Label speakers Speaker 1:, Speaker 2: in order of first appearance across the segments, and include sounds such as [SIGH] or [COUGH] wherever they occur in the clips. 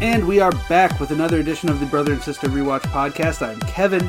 Speaker 1: And we are back with another edition of the Brother and Sister Rewatch Podcast. I'm Kevin,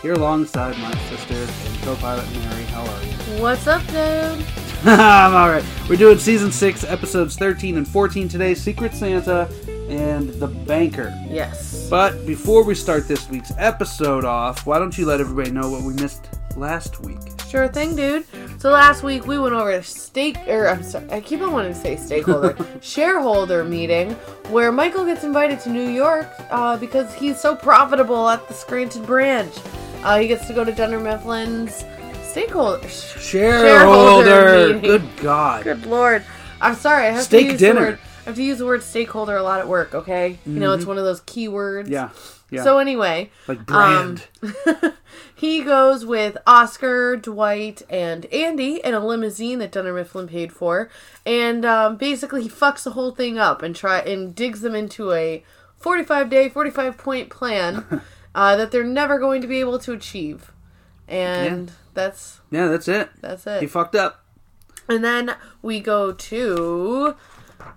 Speaker 1: here alongside my sister and co pilot Mary. How are you? [LAUGHS]
Speaker 2: What's up, dude?
Speaker 1: I'm all right. We're doing season six, episodes 13 and 14 today Secret Santa and The Banker.
Speaker 2: Yes.
Speaker 1: But before we start this week's episode off, why don't you let everybody know what we missed last week?
Speaker 2: Sure thing, dude. So last week we went over stake, or I'm sorry, I keep on wanting to say
Speaker 1: [LAUGHS]
Speaker 2: stakeholder, shareholder meeting, where Michael gets invited to New York uh, because he's so profitable at the Scranton branch. Uh, he gets to go to Dunder Mifflin's stakeholder. sh-
Speaker 1: Shareholder!
Speaker 2: Shareholder meeting.
Speaker 1: Good God.
Speaker 2: [LAUGHS] Good lord. I'm sorry. I have
Speaker 1: Steak
Speaker 2: to use
Speaker 1: dinner.
Speaker 2: The word, I have to use the word stakeholder a lot at work. Okay, you know it's one of those keywords.
Speaker 1: Mm-hmm. Yeah. Yeah.
Speaker 2: So anyway,
Speaker 1: like brand.
Speaker 2: um, he goes with Oscar, Dwight, and Andy in a limousine that Dunder Mifflin paid for, and um, basically he fucks the whole thing up and try and digs them into a forty-five day, forty-five point plan uh, that they're never going to be able to achieve, and that's
Speaker 1: yeah, that's it.
Speaker 2: that's it.
Speaker 1: He fucked up.
Speaker 2: And then we go to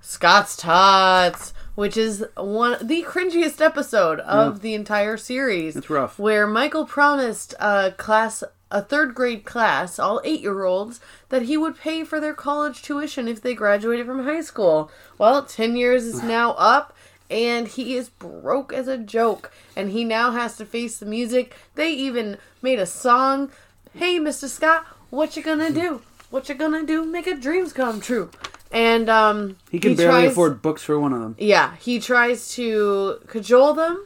Speaker 2: Scott's Tots, which is one the cringiest episode of the entire series.
Speaker 1: It's rough.
Speaker 2: Where Michael promised a class, a third grade class, all eight year olds, that he would pay for their college tuition if they graduated from high school. Well, ten years
Speaker 1: [SIGHS]
Speaker 2: is now up. And he is broke as a joke, and he now has to face the music. They even made a song hey mr scott what you gonna do what you gonna do make a dreams come true and um
Speaker 1: He can barely
Speaker 2: tries-
Speaker 1: afford books for one of them.
Speaker 2: yeah he tries to cajole them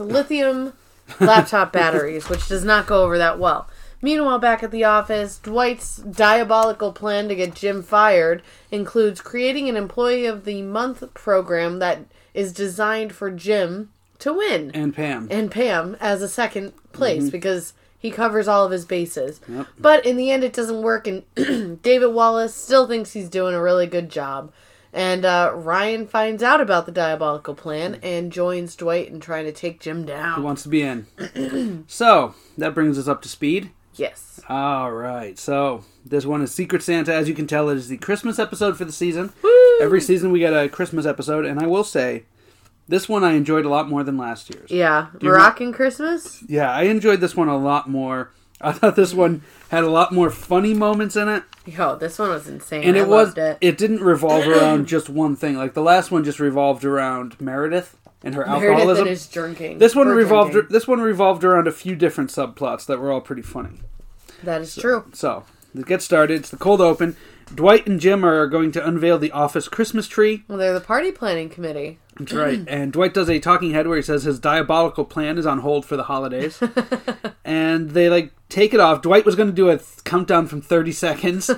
Speaker 1: [LAUGHS]
Speaker 2: lithium laptop batteries which does not go over that well meanwhile back at the office dwight's diabolical plan to get jim fired includes creating an employee of the month program that is designed for jim to win
Speaker 1: And Pam.
Speaker 2: and Pam as a second place
Speaker 1: Mm-hmm.
Speaker 2: because he covers all of his bases. But in the end, it doesn't work, and [CLEARS THROAT] David Wallace still thinks he's doing a really good job. And uh, Ryan finds out about the diabolical plan and joins Dwight in trying to take Jim
Speaker 1: Who
Speaker 2: down.
Speaker 1: Mm. wants to be in. [CLEARS THROAT] so, that brings us up to speed.
Speaker 2: Yes.
Speaker 1: All right. So this one is Secret Santa. As you can tell, it is the Christmas episode for the season. Every season we get a Christmas episode, and I will say, this one I enjoyed a lot more than last year's.
Speaker 2: Yeah.
Speaker 1: you re-
Speaker 2: Moroccan Christmas?
Speaker 1: Yeah, I enjoyed this one a lot more. [LAUGHS] I thought this one had a lot more funny moments in it,
Speaker 2: Yo, this one was insane.
Speaker 1: and
Speaker 2: I
Speaker 1: it was
Speaker 2: loved it.
Speaker 1: didn't revolve around [CLEARS THROAT] just one thing. Like the last one just revolved around Meredith and her
Speaker 2: Meredith
Speaker 1: alcoholism.
Speaker 2: and his drinking.
Speaker 1: this one
Speaker 2: Her
Speaker 1: revolved.
Speaker 2: drinking.
Speaker 1: This one revolved around a few different subplots that were all pretty funny.
Speaker 2: That is true.
Speaker 1: So, let's get started. It's the cold open. Dwight and Jim are going to unveil the office Christmas tree.
Speaker 2: Well, they're the party planning committee.
Speaker 1: That's right. And Dwight does a talking head where he says his diabolical plan is on hold for the holidays. and they like take it off. Dwight was going to do a th- countdown from 30 seconds.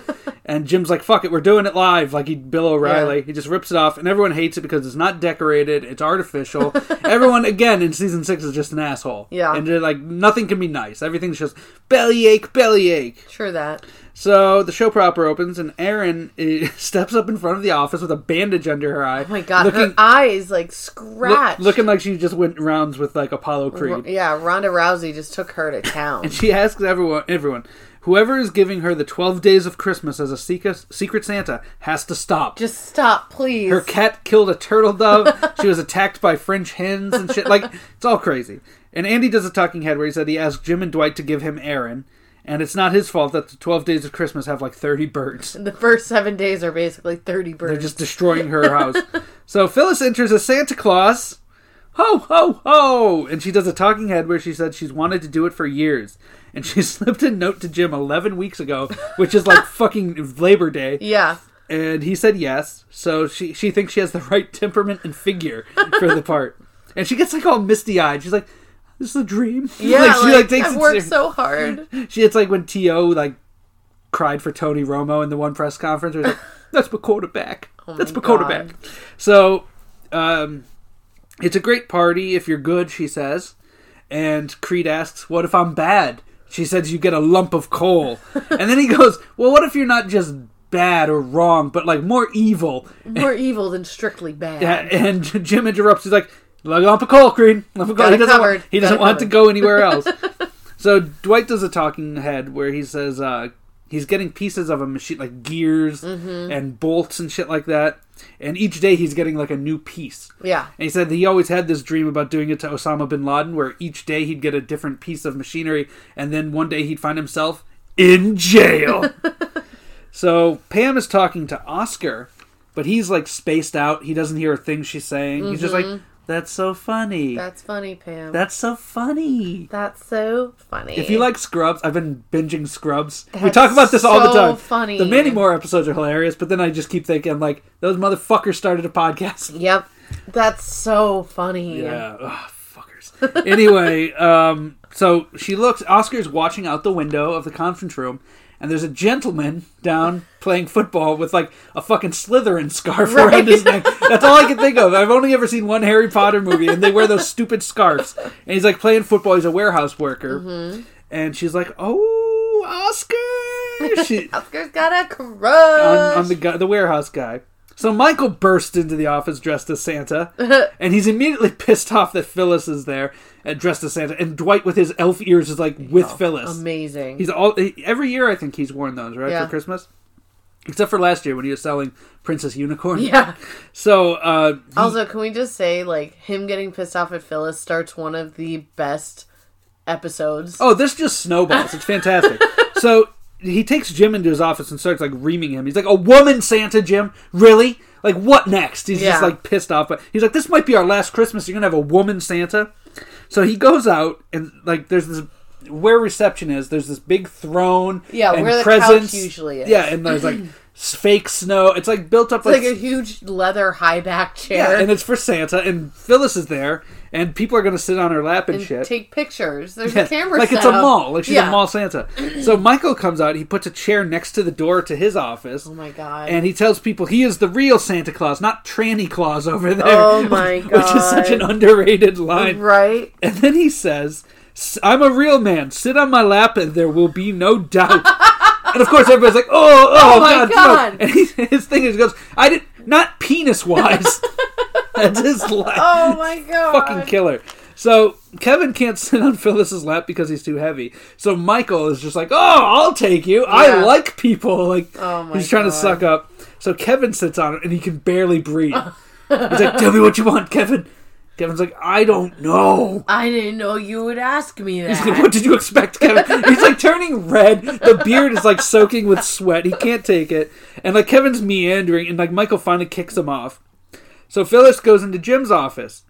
Speaker 1: and Jim's like, fuck it, we're doing it live. Like he, Bill O'Reilly.
Speaker 2: Yeah.
Speaker 1: He just rips it off. And everyone hates it because it's not decorated, it's artificial. everyone, again, in season six is just an asshole.
Speaker 2: Yeah.
Speaker 1: And they're like, nothing can be nice. Everything's just bellyache, bellyache.
Speaker 2: Sure that.
Speaker 1: So the show proper opens, and Erin eh, [LAUGHS] steps up in front of the office with a bandage under her eye.
Speaker 2: Oh my god, her
Speaker 1: looking,
Speaker 2: eyes like
Speaker 1: loo-
Speaker 2: scratched.
Speaker 1: looking like she just went rounds with like Apollo Creed.
Speaker 2: Yeah, Ronda Rousey just took her to town.
Speaker 1: And she asks everyone, everyone, whoever is giving her the twelve days of Christmas as a secret, secret Santa has to stop.
Speaker 2: Just stop, please.
Speaker 1: her cat killed a turtle dove. she was attacked by French hens and shit. Like it's all crazy. And Andy does a talking head where he said he asked Jim and Dwight to give him Erin, and it's not his fault that the twelve days of Christmas have like thirty birds.
Speaker 2: the first seven days are basically 30 birds.
Speaker 1: They're just destroying her house. so Phyllis enters as Santa Claus. Ho, ho, ho! And she does a talking head where she said she's wanted to do it for years. And she [LAUGHS] slipped a note to Jim 11 weeks ago, which is like fucking Labor Day.
Speaker 2: yeah.
Speaker 1: And he said yes. So she, she thinks she has the right temperament and figure for the part. And she gets like all misty eyed. She's like, this is a dream. [LAUGHS]
Speaker 2: Yeah,
Speaker 1: like,
Speaker 2: like,
Speaker 1: she
Speaker 2: I've
Speaker 1: it
Speaker 2: worked
Speaker 1: serious. [LAUGHS]
Speaker 2: so hard.
Speaker 1: She it's like when T.O. like cried for Tony Romo in the one press conference. Where he's like, That's my quarterback. That's my
Speaker 2: God.
Speaker 1: quarterback. So, um, it's a great party if you're good, she says. And Creed asks, "What if I'm bad?" She says, "You get a lump of coal." and then he goes, "Well, what if you're not just bad or wrong, but like more evil?"
Speaker 2: More evil than strictly bad.
Speaker 1: Yeah, and [LAUGHS] Jim interrupts. He's like, "Lump of coal, Creed. Lump of coal." [LAUGHS]
Speaker 2: Got
Speaker 1: He
Speaker 2: it
Speaker 1: doesn't, want,
Speaker 2: covered.
Speaker 1: he
Speaker 2: Got
Speaker 1: doesn't
Speaker 2: it [LAUGHS]
Speaker 1: want to
Speaker 2: covered.
Speaker 1: go anywhere else. so Dwight does a talking head where he says, uh, He's getting pieces of a machine, like gears
Speaker 2: Mm-hmm.
Speaker 1: and bolts and shit like that. And each day he's getting like a new piece.
Speaker 2: Yeah.
Speaker 1: And he said that he always had this dream about doing it to Osama bin Laden, where each day he'd get a different piece of machinery, and then one day he'd find himself in
Speaker 2: [LAUGHS]
Speaker 1: jail. so Pam is talking to Oscar, but he's like spaced out. He doesn't hear a thing she's saying. He's just like, that's so funny.
Speaker 2: Mm-hmm. That's funny, Pam.
Speaker 1: that's so funny.
Speaker 2: That's so funny.
Speaker 1: If you like Scrubs, I've been binging Scrubs. we
Speaker 2: That's
Speaker 1: talk about this all the
Speaker 2: so
Speaker 1: time.
Speaker 2: funny.
Speaker 1: The Mandy Moore episodes are hilarious, but then I just keep thinking like those motherfuckers started a podcast.
Speaker 2: Yep. That's so funny.
Speaker 1: Yeah. Ugh, fuckers. anyway, um, so she looks. Oscar's watching out the window of the conference room, and there's a gentleman down playing football with like a fucking Slytherin scarf around his neck. That's all I can think of. I've only ever seen one Harry Potter movie, and they wear those stupid scarves. And he's like playing football. He's a warehouse worker, and she's like, "Oh, Oscar!" She,
Speaker 2: Oscar's got a crush.
Speaker 1: on, on the guy, the warehouse guy. So Michael bursts into the office dressed as
Speaker 2: [LAUGHS]
Speaker 1: Santa, and he's immediately pissed off that Phyllis is there and dressed as Santa. And Dwight with his elf ears is like with Phyllis.
Speaker 2: Oh, Amazing.
Speaker 1: He's all he- every year. I think he's worn those right
Speaker 2: Yeah.
Speaker 1: for Christmas, except for last year when he was selling Princess Unicorn.
Speaker 2: [LAUGHS] yeah.
Speaker 1: So uh, he-
Speaker 2: Also, can we just say, like, him getting pissed off at Phyllis starts one of the best episodes.
Speaker 1: Oh, this just snowballs. It's
Speaker 2: [LAUGHS]
Speaker 1: fantastic. so he takes Jim into his office and starts like reaming him. He's like, "A woman Santa, Jim? Really? Like what next?" He's just
Speaker 2: Yeah.
Speaker 1: like pissed off. But he's like, "This might be our last Christmas. You're gonna have a woman Santa." So he goes out and like there's this where reception is. There's this big throne.
Speaker 2: Yeah,
Speaker 1: and
Speaker 2: where the couch
Speaker 1: presents.
Speaker 2: usually is.
Speaker 1: Yeah, and there's
Speaker 2: [CLEARS THROAT]
Speaker 1: like s- fake snow. It's like built up
Speaker 2: It's like a huge leather high back chair.
Speaker 1: yeah, and it's for Santa. And Phyllis is there, and people are gonna sit on her lap and,
Speaker 2: and
Speaker 1: shit.
Speaker 2: take pictures. There's
Speaker 1: Yeah,
Speaker 2: a camera.
Speaker 1: like
Speaker 2: set
Speaker 1: it's a
Speaker 2: up.
Speaker 1: mall like she's
Speaker 2: yeah.
Speaker 1: a mall
Speaker 2: [CLEARS THROAT]
Speaker 1: santa so michael comes out he puts a chair next to the door to his office
Speaker 2: Oh my god.
Speaker 1: and he tells people he is the real santa claus not tranny claus over there [LAUGHS]
Speaker 2: Oh my
Speaker 1: which is such an
Speaker 2: God.
Speaker 1: underrated line
Speaker 2: [LAUGHS] right?
Speaker 1: and then he says "S- i'm a real man sit on my lap and there will be no
Speaker 2: [LAUGHS]
Speaker 1: doubt and of course everybody's like oh oh,
Speaker 2: my
Speaker 1: no."
Speaker 2: God.
Speaker 1: and he, [LAUGHS] his thing is he goes i did not penis
Speaker 2: [LAUGHS]
Speaker 1: wise that's his line
Speaker 2: Oh
Speaker 1: [LAUGHS]
Speaker 2: my god.
Speaker 1: fucking killer. So Kevin can't [LAUGHS] sit on Phyllis's lap because he's too heavy. So Michael is just like, "Oh, I'll take you. I
Speaker 2: Yeah.
Speaker 1: like people." [LAUGHS] Like
Speaker 2: Oh my
Speaker 1: he's trying to
Speaker 2: God.
Speaker 1: suck up. So Kevin sits on it and he can barely
Speaker 2: [LAUGHS]
Speaker 1: breathe. he's like, "Tell me what you want, Kevin." Kevin's like, "I don't know."
Speaker 2: I didn't know you would ask me
Speaker 1: He's like,
Speaker 2: that.
Speaker 1: what did you expect, Kevin? He's like turning red. The beard is like soaking with sweat. He can't take it. And like Kevin's meandering, and like Michael finally kicks him off. So Phyllis goes into Jim's office,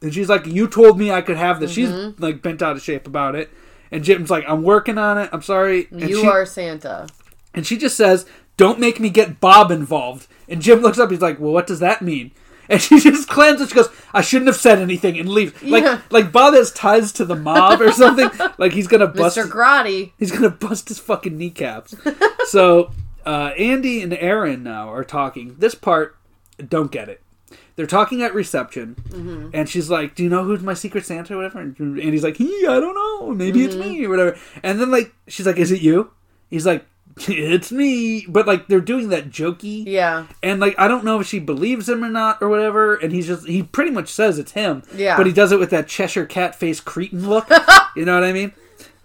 Speaker 1: and she's like, "You told me I could have this."
Speaker 2: Mm-hmm.
Speaker 1: She's like bent out of shape about it. And Jim's like, "I'm working on it. I'm sorry." And
Speaker 2: you
Speaker 1: she,
Speaker 2: are Santa.
Speaker 1: And she just says, "Don't make me get Bob involved." And Jim looks up. He's like, "Well, what does that mean?" [LAUGHS] And she just clams it. She goes, "I shouldn't have said anything," and leaves. Like,
Speaker 2: Yeah.
Speaker 1: like Bob has ties to the mob or something. like he's gonna bust.
Speaker 2: Mr. Grotti.
Speaker 1: He's gonna [LAUGHS] bust his fucking
Speaker 2: [LAUGHS]
Speaker 1: kneecaps. so uh, Andy and Aaron now are talking. This part, don't get it. They're talking at reception,
Speaker 2: Mm-hmm.
Speaker 1: and she's like, "Do you know who's my secret Santa or whatever?" And Andy's like, "He, I don't know. Maybe it's
Speaker 2: Mm-hmm.
Speaker 1: me or whatever." And then like she's like, "Is it you?" He's like, [LAUGHS] "It's me." But like they're doing that jokey,
Speaker 2: Yeah.
Speaker 1: and like I don't know if she believes him or not or whatever. And he's just he pretty much says it's him,
Speaker 2: Yeah.
Speaker 1: But he does it with that Cheshire cat face cretin
Speaker 2: [LAUGHS]
Speaker 1: look. you know what I mean?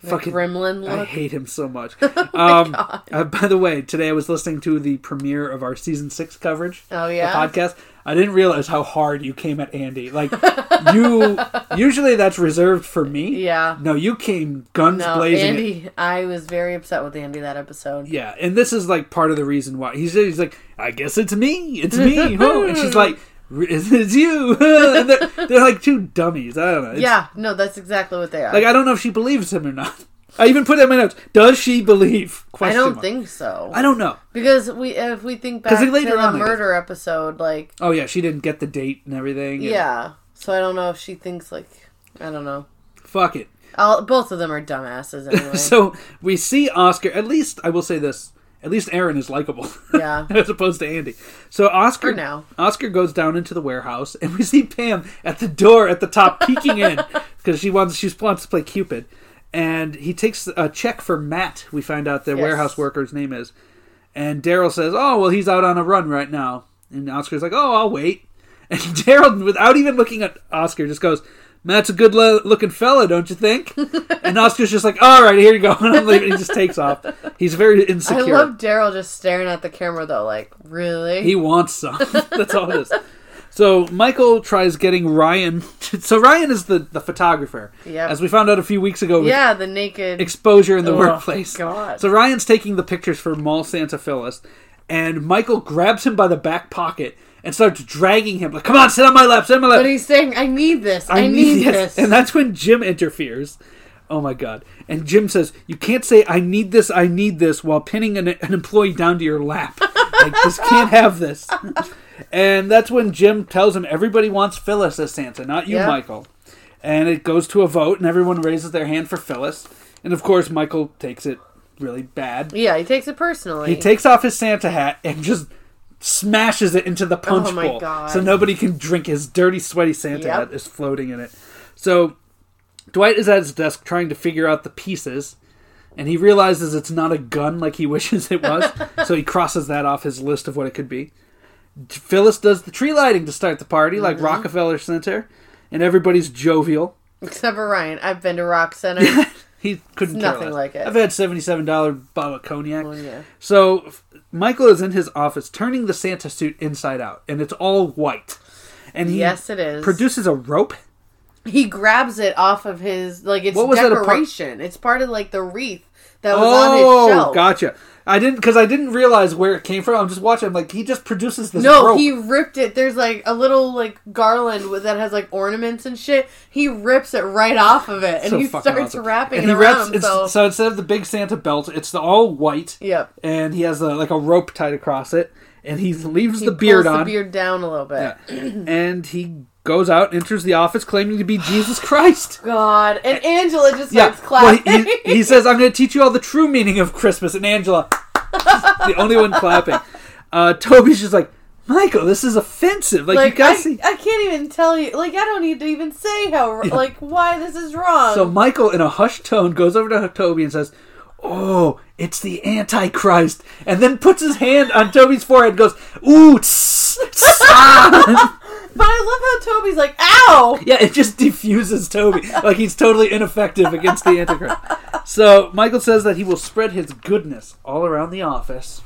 Speaker 1: Fucking
Speaker 2: Gremlin
Speaker 1: I
Speaker 2: look.
Speaker 1: hate him so
Speaker 2: [LAUGHS]
Speaker 1: much.
Speaker 2: Oh
Speaker 1: um, uh, by the way, today I was listening to the premiere of our season six coverage.
Speaker 2: Oh,
Speaker 1: the
Speaker 2: yeah?
Speaker 1: podcast. I didn't realize how hard you came at Andy. Like
Speaker 2: [LAUGHS]
Speaker 1: you, usually that's reserved for me.
Speaker 2: Yeah.
Speaker 1: No, you came guns
Speaker 2: No,
Speaker 1: blazing. at-
Speaker 2: Andy. I was very upset with Andy that episode.
Speaker 1: yeah, and this is like part of the reason why he's he's like, I guess it's me, it's
Speaker 2: [LAUGHS]
Speaker 1: me, oh. and she's like, [LAUGHS] it's you. and they're, they're like two dummies. I don't know. It's-
Speaker 2: Yeah, no, that's exactly what they are.
Speaker 1: like I don't know if she believes him or not. I even put that in my notes. Does she believe?
Speaker 2: I
Speaker 1: Question
Speaker 2: don't
Speaker 1: mark.
Speaker 2: think so.
Speaker 1: I don't know.
Speaker 2: because we if we think back
Speaker 1: 'Cause they
Speaker 2: to
Speaker 1: later
Speaker 2: the
Speaker 1: on, like-
Speaker 2: murder episode, like
Speaker 1: Oh yeah, she didn't get the date and everything. and-
Speaker 2: yeah. So I don't know if she thinks like I don't know.
Speaker 1: Fuck it. [LAUGHS]
Speaker 2: I'll, both of them are dumbasses anyway.
Speaker 1: So we see Oscar. At least I will say this. At least Aaron is likable.
Speaker 2: Yeah.
Speaker 1: [LAUGHS] as opposed to Andy. So Oscar
Speaker 2: For now.
Speaker 1: Oscar goes down into the warehouse and we see Pam at the door at the top peeking
Speaker 2: [LAUGHS]
Speaker 1: in because she wants she wants to play Cupid. And he takes a check for Matt. We find out the
Speaker 2: Yes.
Speaker 1: warehouse worker's name is. And Daryl says, "Oh, well, he's out on a run right [LAUGHS] now." And Oscar's like, "Oh, I'll wait." And Daryl, without even looking at Oscar, just goes, Matt's a good le- looking fella, don't you
Speaker 2: [LAUGHS]
Speaker 1: think? and Oscar's just like, all right, here you go. [LAUGHS] And I'm leaving. He just takes off. He's very insecure.
Speaker 2: I love Daryl just staring at the camera though, like, really?
Speaker 1: He wants some. [LAUGHS] That's all it is. So Michael tries getting Ryan. To, so Ryan is the, the photographer.
Speaker 2: Yep.
Speaker 1: As we found out a few weeks ago with
Speaker 2: yeah, the naked
Speaker 1: exposure in the
Speaker 2: Oh,
Speaker 1: workplace.
Speaker 2: God.
Speaker 1: So Ryan's taking the pictures for Mall Santa Phyllis, and Michael grabs him by the back pocket and starts dragging him. Like, come on, sit on my lap, sit on my lap.
Speaker 2: But he's saying, I need this. I, need,
Speaker 1: yes.
Speaker 2: this.
Speaker 1: And that's when Jim interferes. Oh my god. And Jim says, You can't say, I need this, I need this, while pinning an, an employee down to your lap. [LAUGHS] like, this can't have this. and that's when Jim tells him, Everybody wants Phyllis as Santa, not you,
Speaker 2: Yeah.
Speaker 1: Michael. And it goes to a vote, and everyone raises their hand for Phyllis. And of course, Michael takes it really bad.
Speaker 2: yeah, he takes it personally.
Speaker 1: He takes off his Santa hat and [LAUGHS] just smashes it into the punch
Speaker 2: Oh my
Speaker 1: bowl,
Speaker 2: God.
Speaker 1: so nobody can drink his dirty, sweaty Santa
Speaker 2: Yep.
Speaker 1: hat is floating in it. So Dwight is at his desk trying to figure out the pieces, and he realizes it's not a gun like he [LAUGHS] wishes it
Speaker 2: [LAUGHS]
Speaker 1: was. so he crosses that off his list of what it could be. Phyllis does the tree lighting to start the party,
Speaker 2: Mm-hmm.
Speaker 1: like Rockefeller Center, and everybody's jovial.
Speaker 2: Except for Ryan. I've been to Rock Center.
Speaker 1: [LAUGHS] He couldn't
Speaker 2: It's
Speaker 1: care
Speaker 2: nothing
Speaker 1: less.
Speaker 2: like it.
Speaker 1: I've had seventy-seven dollar bottle of cognac.
Speaker 2: Oh, yeah.
Speaker 1: So f- Michael is in his office turning the Santa suit inside out, and it's all white. And he
Speaker 2: yes, it is.
Speaker 1: produces a rope.
Speaker 2: he grabs it off of his like it's
Speaker 1: What was that, a part-
Speaker 2: decoration. it's part of like the wreath that was on his
Speaker 1: Oh,
Speaker 2: shelf.
Speaker 1: gotcha. I didn't because I didn't realize where it came from. I'm just watching. I'm like, he just produces this.
Speaker 2: No,
Speaker 1: rope.
Speaker 2: he ripped it. There's like a little like garland with, that has like ornaments and shit. He rips it right off of it and
Speaker 1: So
Speaker 2: he
Speaker 1: fucking
Speaker 2: starts
Speaker 1: awesome.
Speaker 2: wrapping
Speaker 1: And
Speaker 2: it
Speaker 1: he wraps-
Speaker 2: around.
Speaker 1: it's-
Speaker 2: So,
Speaker 1: so instead of the big Santa belt, it's the all white.
Speaker 2: yep,
Speaker 1: And he has a, like a rope tied across it, and he leaves
Speaker 2: he
Speaker 1: the beard
Speaker 2: pulls
Speaker 1: on.
Speaker 2: the beard down a little bit.
Speaker 1: Yeah. and he goes out, enters the office, claiming to be Jesus
Speaker 2: [LAUGHS]
Speaker 1: Christ.
Speaker 2: God, and Angela just starts
Speaker 1: well,
Speaker 2: clapping.
Speaker 1: [LAUGHS] he, he says, "I'm going to teach you all the true meaning of Christmas." And Angela, [LAUGHS] the only one clapping. Uh, Toby's just like, "Michael, this is offensive. Like,
Speaker 2: like
Speaker 1: you guys
Speaker 2: I,
Speaker 1: see."
Speaker 2: I can't even tell you. Like I don't need to even say how
Speaker 1: Yeah.
Speaker 2: like why this is wrong.
Speaker 1: So Michael, in a hushed tone, goes over to Toby and says, "Oh, it's the Antichrist," and then puts his hand on Toby's forehead, and goes, "Ooh." Tss, tss, ah."
Speaker 2: but I love how Toby's like, "Ow!" [LAUGHS]
Speaker 1: Yeah, it just [LAUGHS] defuses Toby. Like he's totally ineffective against the Antichrist. So Michael says that he will spread his goodness all around the office.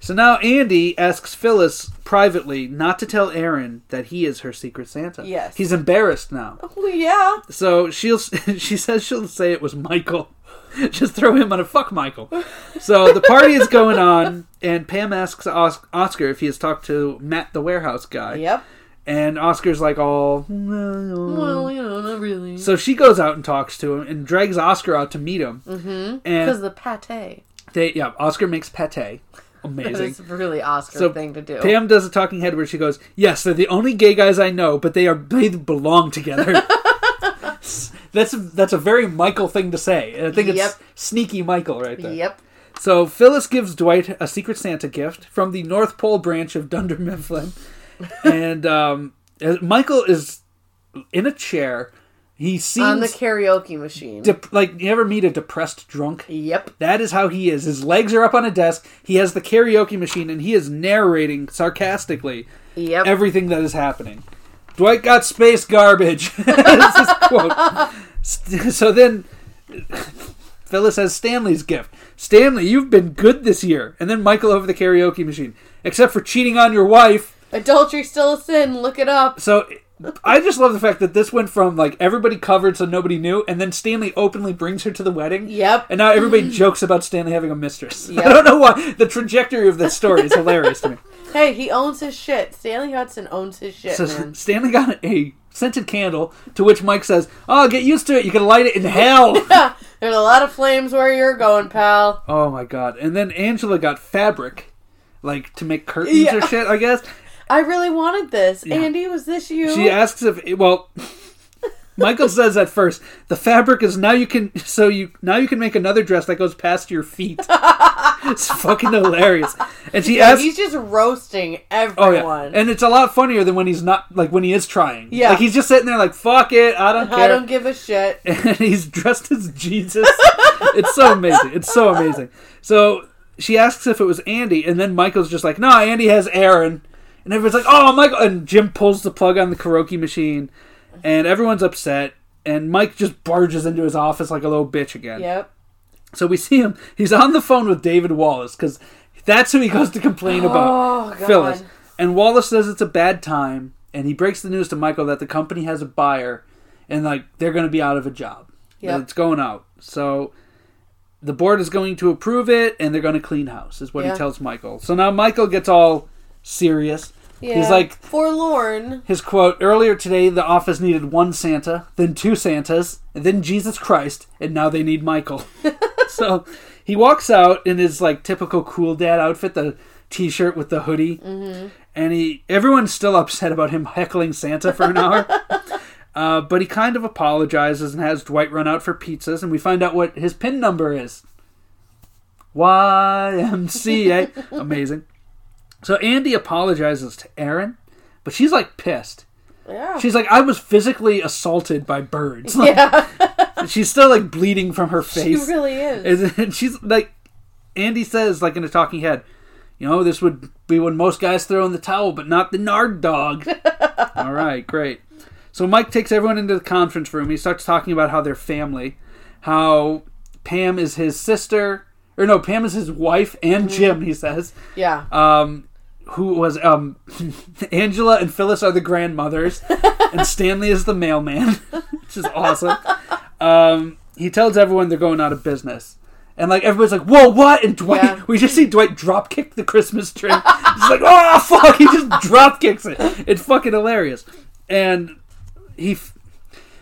Speaker 1: So now Andy asks Phyllis privately not to tell Aaron that he is her secret Santa.
Speaker 2: Yes.
Speaker 1: He's embarrassed now.
Speaker 2: Oh, yeah.
Speaker 1: So she'll [LAUGHS] she says she'll say it was Michael. [LAUGHS] Just throw him on a fuck Michael. So the party is going on and Pam asks Os- Oscar if he has talked to Matt the warehouse guy.
Speaker 2: Yep.
Speaker 1: And Oscar's like all
Speaker 2: Well, you know, not really.
Speaker 1: so she goes out and talks to him and drags Oscar out to meet him. Mm-hmm.
Speaker 2: Because
Speaker 1: And
Speaker 2: the pate.
Speaker 1: they, yeah, Oscar makes pate.
Speaker 2: That
Speaker 1: Amazing.
Speaker 2: is really Oscar
Speaker 1: So,
Speaker 2: thing to do.
Speaker 1: Pam does a talking head where she goes, "Yes, they're the only gay guys I know, but they are they belong
Speaker 2: [LAUGHS]
Speaker 1: together." [LAUGHS] that's that's a very Michael thing to say, and I think it's
Speaker 2: Yep.
Speaker 1: sneaky Michael right there.
Speaker 2: Yep.
Speaker 1: So Phyllis gives Dwight a Secret Santa gift from the North Pole branch of Dunder
Speaker 2: [LAUGHS]
Speaker 1: Mifflin, and um, as- Michael is in a chair. He seems
Speaker 2: On the karaoke machine.
Speaker 1: dep- like you ever meet a depressed drunk
Speaker 2: yep.
Speaker 1: that is how he is his legs are up on a desk he has the karaoke machine and he is narrating sarcastically
Speaker 2: Yep.
Speaker 1: everything that is happening dwight got space garbage [LAUGHS] It's his quote. S- so then phyllis has stanley's gift stanley you've been good this year and then michael over the karaoke machine except for cheating on your wife
Speaker 2: Adultery still a sin. Look it up.
Speaker 1: so I just love the fact that this went from like everybody covered so nobody knew, and then Stanley openly brings her to the wedding.
Speaker 2: Yep.
Speaker 1: And now everybody [LAUGHS] jokes about Stanley having a mistress. [LAUGHS]
Speaker 2: Yep.
Speaker 1: I don't know why. The trajectory of this story is hilarious
Speaker 2: [LAUGHS]
Speaker 1: to me.
Speaker 2: Hey, he owns his shit. Stanley Hudson owns his shit,
Speaker 1: So [LAUGHS]
Speaker 2: man. [LAUGHS]
Speaker 1: Stanley got a scented candle, to which Mike says, "Oh, get used to it. You can light it in hell."
Speaker 2: [LAUGHS] Ha! There's a lot of flames where you're going, pal.
Speaker 1: oh my god! And then Angela got fabric, like to make curtains or
Speaker 2: Yeah.
Speaker 1: shit. I guess
Speaker 2: I really wanted this. Andy, was this you?
Speaker 1: She asks if well Michael says at first, the fabric is now you can so you now you can make another dress that goes past your
Speaker 2: [LAUGHS]
Speaker 1: feet. it's fucking hilarious. And she
Speaker 2: Yeah,
Speaker 1: asks
Speaker 2: He's just roasting
Speaker 1: Oh yeah.
Speaker 2: everyone.
Speaker 1: And it's a lot funnier than when he's not like when he is trying.
Speaker 2: Yeah.
Speaker 1: Like he's just sitting there like, fuck it, I don't care.
Speaker 2: I don't give
Speaker 1: [LAUGHS]
Speaker 2: a shit.
Speaker 1: and he's dressed as Jesus. it's so amazing. It's so amazing. So she asks if it was Andy, and then Michael's just like, "No, Andy has Aaron." And everyone's like, "Oh, Michael!" And Jim pulls the plug on the karaoke machine, and everyone's upset. And Mike just barges into his office like a little bitch again.
Speaker 2: Yep.
Speaker 1: So we see him. He's on the phone with David Wallace because that's who he goes to complain
Speaker 2: Oh,
Speaker 1: about.
Speaker 2: God.
Speaker 1: Phyllis. And Wallace says it's a bad time, and he breaks the news to Michael that the company has a buyer, and like they're going to be out of a job.
Speaker 2: Yep.
Speaker 1: And it's going out. So the board is going to approve it, and they're going to clean house, is what
Speaker 2: Yeah.
Speaker 1: he tells Michael. So now Michael gets all serious.
Speaker 2: Yeah.
Speaker 1: He's like,
Speaker 2: forlorn.
Speaker 1: his quote earlier today the office needed one Santa, then two Santas, and then Jesus Christ, and now they need Michael. so he walks out in his like typical cool dad outfit, the t-shirt with the hoodie, and he everyone's still upset about him [LAUGHS] heckling Santa for an hour. Uh, but he kind of apologizes and has Dwight run out for pizzas, and we find out what his pin number is. YMCA. Amazing. So Andy apologizes to Aaron, but she's like pissed.
Speaker 2: Yeah.
Speaker 1: She's like, I was physically assaulted by birds. [LAUGHS] Like,
Speaker 2: yeah.
Speaker 1: She's still like bleeding from her
Speaker 2: [LAUGHS] She
Speaker 1: face.
Speaker 2: really
Speaker 1: [LAUGHS]
Speaker 2: is.
Speaker 1: And then she's like, Andy says, like in a talking head, you know, this would be when most guys throw in the towel, but not the Nard dog.
Speaker 2: [LAUGHS]
Speaker 1: All right, great. So Mike takes everyone into the conference room. He starts talking about how they're family, how Pam is his sister, or no, Pam is his wife
Speaker 2: Mm-hmm.
Speaker 1: and Jim. He says,
Speaker 2: yeah.
Speaker 1: um, who was um, [LAUGHS] Angela and Phyllis are the grandmothers, and Stanley is the mailman, [LAUGHS] which is awesome. Um, he tells everyone they're going out of business. And like everybody's like, whoa, what? And Dwight,
Speaker 2: Yeah.
Speaker 1: we just see Dwight drop kick the Christmas tree. He's like, oh fuck! He just drop kicks it. It's fucking hilarious. And he, f-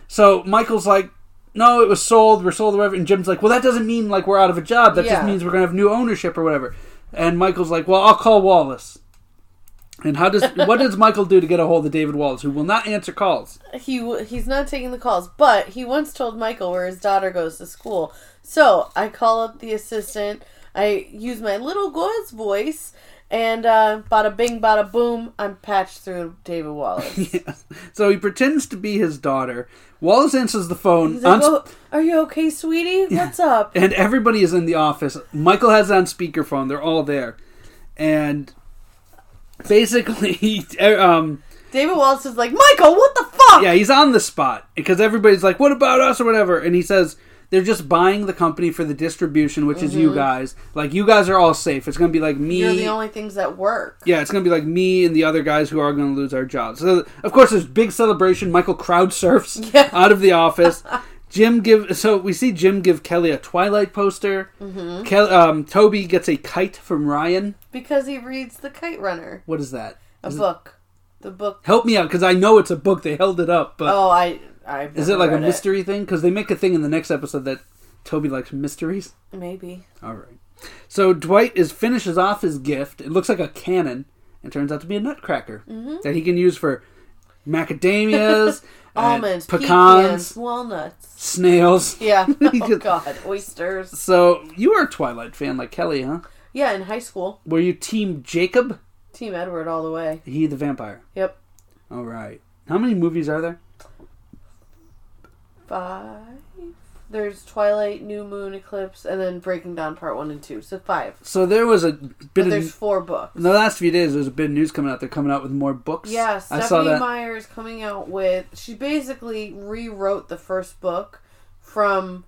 Speaker 1: so Michael's like, no, it was sold. We're sold, whatever. And Jim's like, well, that doesn't mean like we're out of a job. That
Speaker 2: Yeah.
Speaker 1: just means we're gonna have new ownership or whatever. And Michael's like, well, I'll call Wallace. And how does what does Michael do to get a hold of David Wallace, who will not answer calls?
Speaker 2: he w- he's not taking the calls, but he once told Michael where his daughter goes to school. So I call up the assistant. I use my little girl's voice, and uh, bada bing, bada boom, I'm patched through
Speaker 1: [LAUGHS]
Speaker 2: David Wallace.
Speaker 1: So he pretends to be his daughter. Wallace answers the phone.
Speaker 2: He's
Speaker 1: on-
Speaker 2: like, "Oh, are you okay, sweetie? What's up?
Speaker 1: and everybody is in the office. Michael has it on speakerphone. They're all there, and basically, [LAUGHS] he, um,
Speaker 2: David Wallace is like, Michael, what the fuck?
Speaker 1: yeah, he's on the spot because everybody's like, "What about us?" or whatever, and he says. They're just buying the company for the distribution, which is you guys. Like you guys are all safe. It's gonna be like me.
Speaker 2: Mm-hmm. You're the only things that work.
Speaker 1: yeah, it's gonna be like me and the other guys who are gonna lose our jobs. So of course, there's big celebration. Michael crowd surfs
Speaker 2: [LAUGHS] Yeah.
Speaker 1: out of the office. Jim give so we see Jim give Kelly a Twilight poster.
Speaker 2: Mm-hmm.
Speaker 1: Kel, um, Toby gets a kite from Ryan.
Speaker 2: Because he reads The Kite Runner,
Speaker 1: What is Uh, that?
Speaker 2: a book. The book.
Speaker 1: Help me out because I know it's a book. They held it up, but
Speaker 2: Oh, I. I've
Speaker 1: is it like a
Speaker 2: never read
Speaker 1: mystery thing? Because they make a thing in the next episode that Toby likes mysteries.
Speaker 2: Maybe.
Speaker 1: All right. So Dwight is finishes off his gift. It looks like a cannon, and turns out to be a nutcracker
Speaker 2: Mm-hmm.
Speaker 1: that he can use for macadamias, uh,
Speaker 2: [LAUGHS] Almonds,
Speaker 1: pecans,
Speaker 2: pecans, walnuts.
Speaker 1: snails.
Speaker 2: Yeah.
Speaker 1: [LAUGHS]
Speaker 2: [LAUGHS]
Speaker 1: He
Speaker 2: Oh
Speaker 1: just-
Speaker 2: God, oysters.
Speaker 1: So you are a Twilight fan like Kelly, huh?
Speaker 2: Yeah, in high school,
Speaker 1: Were you Team Jacob?
Speaker 2: Team Edward all the way.
Speaker 1: He the vampire.
Speaker 2: Yep.
Speaker 1: All right. How many movies are there?
Speaker 2: Five. There's Twilight, New Moon, Eclipse, and then Breaking Down Part One and Two. So five.
Speaker 1: So there was a
Speaker 2: But
Speaker 1: bit
Speaker 2: Oh, there's
Speaker 1: of
Speaker 2: four books.
Speaker 1: in the last few days. There's a bit of news coming out. They're coming out with more books.
Speaker 2: Yeah,
Speaker 1: I saw
Speaker 2: Stephanie
Speaker 1: that.
Speaker 2: Meyer is coming out with. She basically rewrote the first book from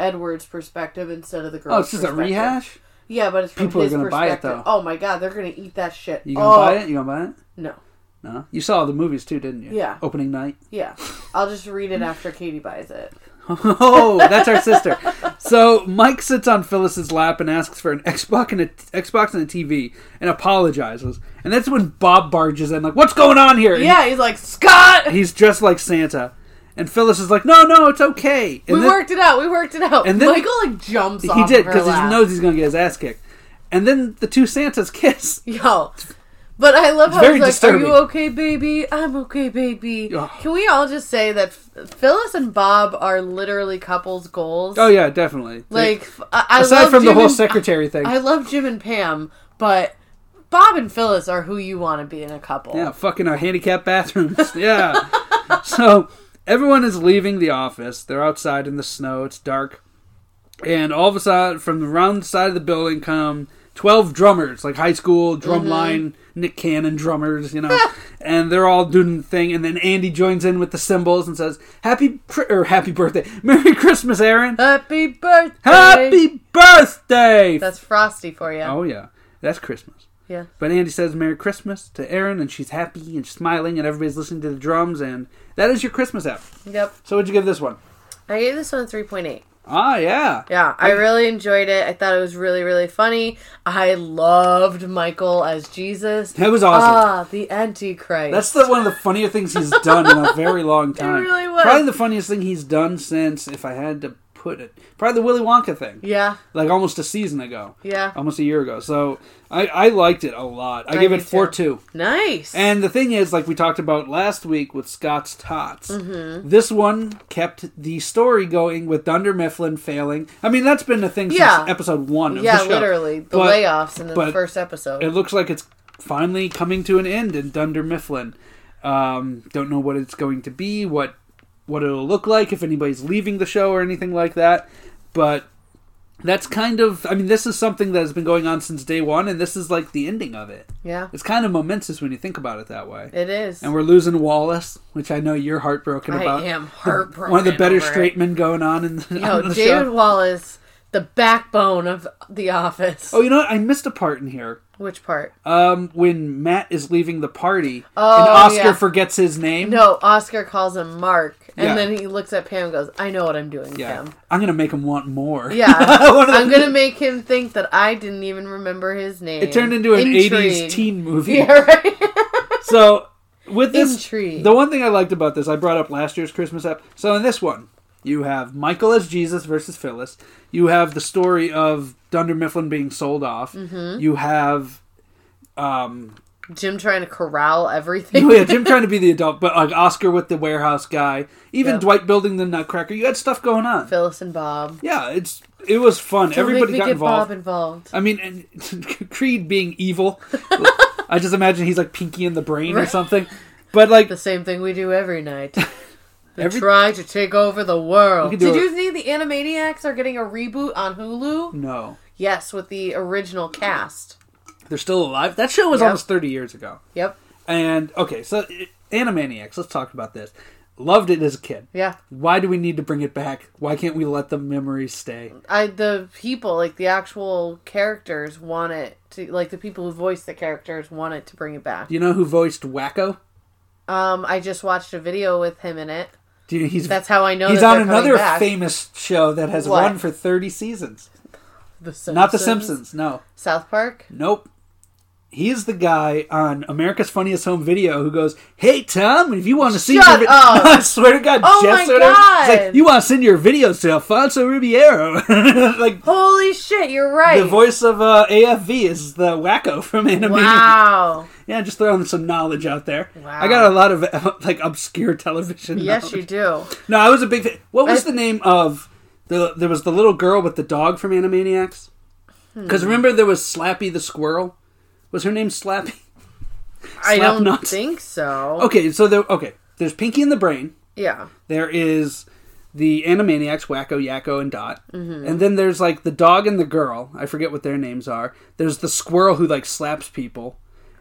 Speaker 2: Edward's perspective instead of the girl's.
Speaker 1: oh, it's just a
Speaker 2: perspective.
Speaker 1: rehash.
Speaker 2: Yeah, but it's from
Speaker 1: People are
Speaker 2: his
Speaker 1: gonna buy it,
Speaker 2: perspective.
Speaker 1: though.
Speaker 2: Oh my God, they're gonna eat that shit.
Speaker 1: You gonna
Speaker 2: oh,
Speaker 1: buy it? You gonna buy it?
Speaker 2: No.
Speaker 1: No. You saw the movies too, didn't you?
Speaker 2: Yeah.
Speaker 1: Opening night. [LAUGHS]
Speaker 2: Yeah, I'll just read it after Katie buys it.
Speaker 1: Oh, that's our sister. So Mike sits on Phyllis's lap and asks for an Xbox and a Xbox and a TV and apologizes. And that's when Bob barges in, like, "What's going on here?" And
Speaker 2: Yeah, he's like Scott.
Speaker 1: he's dressed like Santa, and Phyllis is like, "No, no, it's okay." And
Speaker 2: we
Speaker 1: then-
Speaker 2: worked it out. We worked it out.
Speaker 1: and
Speaker 2: And
Speaker 1: then-
Speaker 2: then Michael like jumps.
Speaker 1: He
Speaker 2: off
Speaker 1: did
Speaker 2: because
Speaker 1: because he knows he's gonna get his ass kicked. And then the two Santas [LAUGHS] kiss.
Speaker 2: Yo, but I love how
Speaker 1: very
Speaker 2: he's like,
Speaker 1: disturbing.
Speaker 2: "Are you okay, baby? I'm okay, baby."
Speaker 1: Ugh.
Speaker 2: Can we all just say that Ph- Phyllis and Bob are literally couples goals?
Speaker 1: Oh yeah, definitely.
Speaker 2: Like f- I, I
Speaker 1: aside
Speaker 2: love
Speaker 1: from
Speaker 2: Jim
Speaker 1: the whole
Speaker 2: and,
Speaker 1: secretary thing,
Speaker 2: I love Jim and Pam, but Bob and Phyllis are who you want to be in a couple.
Speaker 1: Yeah, fucking our handicapped bathrooms. [LAUGHS] Yeah. so everyone is leaving the office. They're outside in the snow. It's dark. And all of a sudden, from around the side of the building come 12 drummers, like high school drumline, Nick Cannon drummers, you know, [LAUGHS] and they're all doing the thing. And then Andy joins in with the cymbals and says, Happy, pr- or Happy Birthday. [LAUGHS] Merry Christmas, Aaron.
Speaker 2: Happy birthday.
Speaker 1: Happy Birthday.
Speaker 2: That's frosty for you.
Speaker 1: oh, yeah. That's Christmas.
Speaker 2: Yeah.
Speaker 1: But Andy says Merry Christmas to Aaron, and she's happy and smiling, and everybody's listening to the drums, and that is your Christmas app.
Speaker 2: Yep.
Speaker 1: So, what'd you give this one?
Speaker 2: I gave this one a 3.8.
Speaker 1: Ah, yeah.
Speaker 2: Yeah, I really enjoyed it. I thought it was really, really funny. I loved Michael as Jesus.
Speaker 1: That was awesome.
Speaker 2: Ah, the Antichrist.
Speaker 1: That's the, one of the funnier things he's done in a very
Speaker 2: [LAUGHS]
Speaker 1: long time.
Speaker 2: really was.
Speaker 1: Probably the funniest thing he's done since, if I had to put it, probably the Willy Wonka thing.
Speaker 2: yeah,
Speaker 1: Like almost a season ago.
Speaker 2: yeah.
Speaker 1: Almost a year ago. So, I, I liked it a lot. I,
Speaker 2: I
Speaker 1: gave
Speaker 2: do
Speaker 1: it 4
Speaker 2: too.
Speaker 1: 2.
Speaker 2: Nice.
Speaker 1: And the thing is, like we talked about last week with Scott's Tots,
Speaker 2: Mm-hmm.
Speaker 1: this one kept the story going with Dunder Mifflin failing. I mean, that's been the thing
Speaker 2: Yeah.
Speaker 1: since episode one of
Speaker 2: yeah,
Speaker 1: the show.
Speaker 2: literally the
Speaker 1: But
Speaker 2: layoffs in the
Speaker 1: but
Speaker 2: first episode.
Speaker 1: It looks like it's finally coming to an end in Dunder Mifflin. Um, don't know what it's going to be, what what it'll look like, if anybody's leaving the show or anything like that. But that's kind of, I mean, this is something that has been going on since day one, and this is like the ending of it.
Speaker 2: yeah,
Speaker 1: It's kind of momentous when you think about it that way.
Speaker 2: it is.
Speaker 1: And we're losing Wallace, which I know you're heartbroken
Speaker 2: I
Speaker 1: about.
Speaker 2: am heartbroken.
Speaker 1: One of the better
Speaker 2: over it.
Speaker 1: straight men going on in the,
Speaker 2: Yo,
Speaker 1: on the
Speaker 2: David
Speaker 1: show.
Speaker 2: Wallace, the backbone of The Office.
Speaker 1: Oh, you know what? I missed a part in here.
Speaker 2: Which part?
Speaker 1: Um, when Matt is leaving the party and
Speaker 2: Oh,
Speaker 1: Oscar
Speaker 2: yeah.
Speaker 1: forgets his name.
Speaker 2: No, Oscar calls him Mark, and
Speaker 1: Yeah.
Speaker 2: then he looks at Pam and goes, "I know what I'm doing,
Speaker 1: Yeah.
Speaker 2: Pam."
Speaker 1: I'm gonna make him want more.
Speaker 2: Yeah,
Speaker 1: [LAUGHS] One of the-
Speaker 2: I'm gonna make him think that I didn't even remember his name.
Speaker 1: It turned into an
Speaker 2: Intrigue.
Speaker 1: 80s
Speaker 2: [LAUGHS]
Speaker 1: teen movie.
Speaker 2: Yeah, right.
Speaker 1: So with this,
Speaker 2: Intrigue.
Speaker 1: the one thing I liked about this, I brought up last year's Christmas app. So in this one, you have Michael as Jesus versus Phyllis. You have the story of Dunder Mifflin being sold off.
Speaker 2: Mm-hmm.
Speaker 1: You have, um, [LAUGHS]
Speaker 2: Jim trying to corral everything.
Speaker 1: oh [LAUGHS] yeah, Jim trying to be the adult, but like Oscar with the warehouse guy, even
Speaker 2: Yeah.
Speaker 1: Dwight building the Nutcracker. You had stuff going on.
Speaker 2: [LAUGHS] Phyllis and Bob.
Speaker 1: Yeah, it's it was fun.
Speaker 2: Don't
Speaker 1: Everybody
Speaker 2: make me
Speaker 1: got
Speaker 2: get
Speaker 1: involved.
Speaker 2: Bob involved.
Speaker 1: I mean, and [LAUGHS] Creed being evil.
Speaker 2: [LAUGHS]
Speaker 1: I just imagine he's like Pinky in the Brain or
Speaker 2: Right.
Speaker 1: something. But like,
Speaker 2: The same thing we do
Speaker 1: [LAUGHS]
Speaker 2: every night. We
Speaker 1: Every-
Speaker 2: try to take over the world.
Speaker 1: We could do
Speaker 2: Did
Speaker 1: it.
Speaker 2: you see the Animaniacs are getting a reboot on Hulu?
Speaker 1: no,
Speaker 2: Yes, with the original cast.
Speaker 1: they're still alive. That show was
Speaker 2: Yep.
Speaker 1: almost thirty years ago.
Speaker 2: Yep.
Speaker 1: And okay, so eh, Animaniacs. Let's talk about this. Loved it as a kid.
Speaker 2: Yeah.
Speaker 1: Why do we need to bring it back? Why can't we let the memories stay?
Speaker 2: I the people like the actual characters want it to like the people who voice the characters want it to bring it back.
Speaker 1: Do you know who voiced Wacko?
Speaker 2: Um, I just watched a video with him in it.
Speaker 1: Do you, he's
Speaker 2: That's how I know
Speaker 1: he's
Speaker 2: that
Speaker 1: on
Speaker 2: they're coming
Speaker 1: another
Speaker 2: back.
Speaker 1: famous show that has
Speaker 2: What?
Speaker 1: run for thirty seasons.
Speaker 2: The Simpsons.
Speaker 1: Not The Simpsons. No.
Speaker 2: South Park.
Speaker 1: Nope. He is the guy on America's Funniest Home Video who goes, "Hey Tom, if you want to see
Speaker 2: Shut
Speaker 1: your vi- [LAUGHS]
Speaker 2: up.
Speaker 1: I swear to God,
Speaker 2: Oh
Speaker 1: Jeff's
Speaker 2: my
Speaker 1: or whatever, he's
Speaker 2: God.
Speaker 1: like, you want to send your videos to Alfonso Ribeiro, [LAUGHS] like
Speaker 2: Holy shit, you're right.
Speaker 1: the voice of uh, AFV is the wacko [LAUGHS] from Animaniacs. [LAUGHS]
Speaker 2: Wow.
Speaker 1: Yeah, just throwing some knowledge out there.
Speaker 2: Wow.
Speaker 1: I got a lot of [LAUGHS] uh, like obscure television.
Speaker 2: Yes,
Speaker 1: knowledge.
Speaker 2: you do.
Speaker 1: No, I was a big. Fan. What was
Speaker 2: I-
Speaker 1: the name of the? There was the little girl with the dog from Animaniacs.
Speaker 2: Hmm.
Speaker 1: Because remember, there was Slappy the squirrel. Was her name Slappy?
Speaker 2: I
Speaker 1: Slap
Speaker 2: don't
Speaker 1: nuts.
Speaker 2: think so.
Speaker 1: Okay, so there. Okay, there's Pinky and the Brain.
Speaker 2: Yeah.
Speaker 1: There is the Animaniacs, Wacko, Yakko, and Dot.
Speaker 2: Mm-hmm.
Speaker 1: And then there's like the dog and the girl. I forget what their names are. There's the squirrel who like slaps people.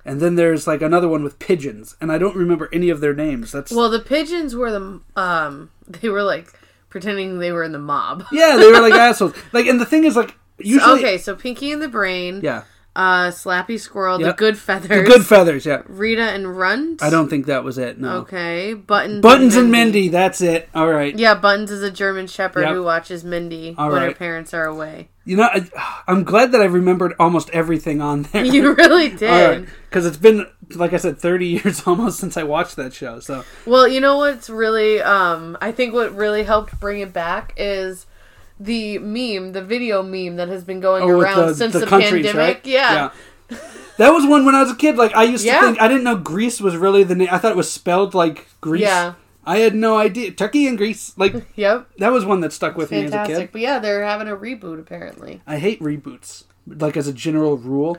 Speaker 1: And then there's like another one with pigeons, and I don't remember any of their names. That's
Speaker 2: Well, the pigeons were the um [LAUGHS] they were like pretending they were in the mob.
Speaker 1: [LAUGHS]
Speaker 2: [LAUGHS]
Speaker 1: yeah, they were like assholes. Like, and the thing is, like, usually
Speaker 2: Okay, so Pinky and the Brain.
Speaker 1: yeah,
Speaker 2: Uh, Slappy Squirrel,
Speaker 1: Yep.
Speaker 2: the Good Feathers,
Speaker 1: good feathers. Yeah,
Speaker 2: Rita and Runt.
Speaker 1: I don't think that was it. No.
Speaker 2: Okay, Buttons.
Speaker 1: Buttons and Mindy. That's it. All right.
Speaker 2: Yeah, Buttons is a German Shepherd
Speaker 1: Yep.
Speaker 2: who watches Mindy
Speaker 1: All
Speaker 2: when her
Speaker 1: right.
Speaker 2: parents are away.
Speaker 1: You know, I, I'm glad that I remembered almost everything on there.
Speaker 2: [LAUGHS] You really
Speaker 1: [LAUGHS]
Speaker 2: did.
Speaker 1: All right, because it's been like I said, 30 [LAUGHS] years almost since I watched that show. So
Speaker 2: Well, you know what's really um I think what really helped bring it back is the meme, the video meme that has been going
Speaker 1: Oh, with
Speaker 2: around since the,
Speaker 1: countries,
Speaker 2: pandemic.
Speaker 1: right?
Speaker 2: Yeah. [LAUGHS]
Speaker 1: Yeah. That was one when I was a kid. Like I used
Speaker 2: Yeah.
Speaker 1: to think I didn't know Greece was really the name. I thought it was spelled like Greece.
Speaker 2: Yeah.
Speaker 1: I had no idea. Turkey and Greece,
Speaker 2: [LAUGHS]
Speaker 1: like
Speaker 2: Yep.
Speaker 1: that was one that stuck with me as a
Speaker 2: Fantastic.
Speaker 1: kid.
Speaker 2: But yeah, they're having a reboot apparently.
Speaker 1: I hate reboots, like as a general rule.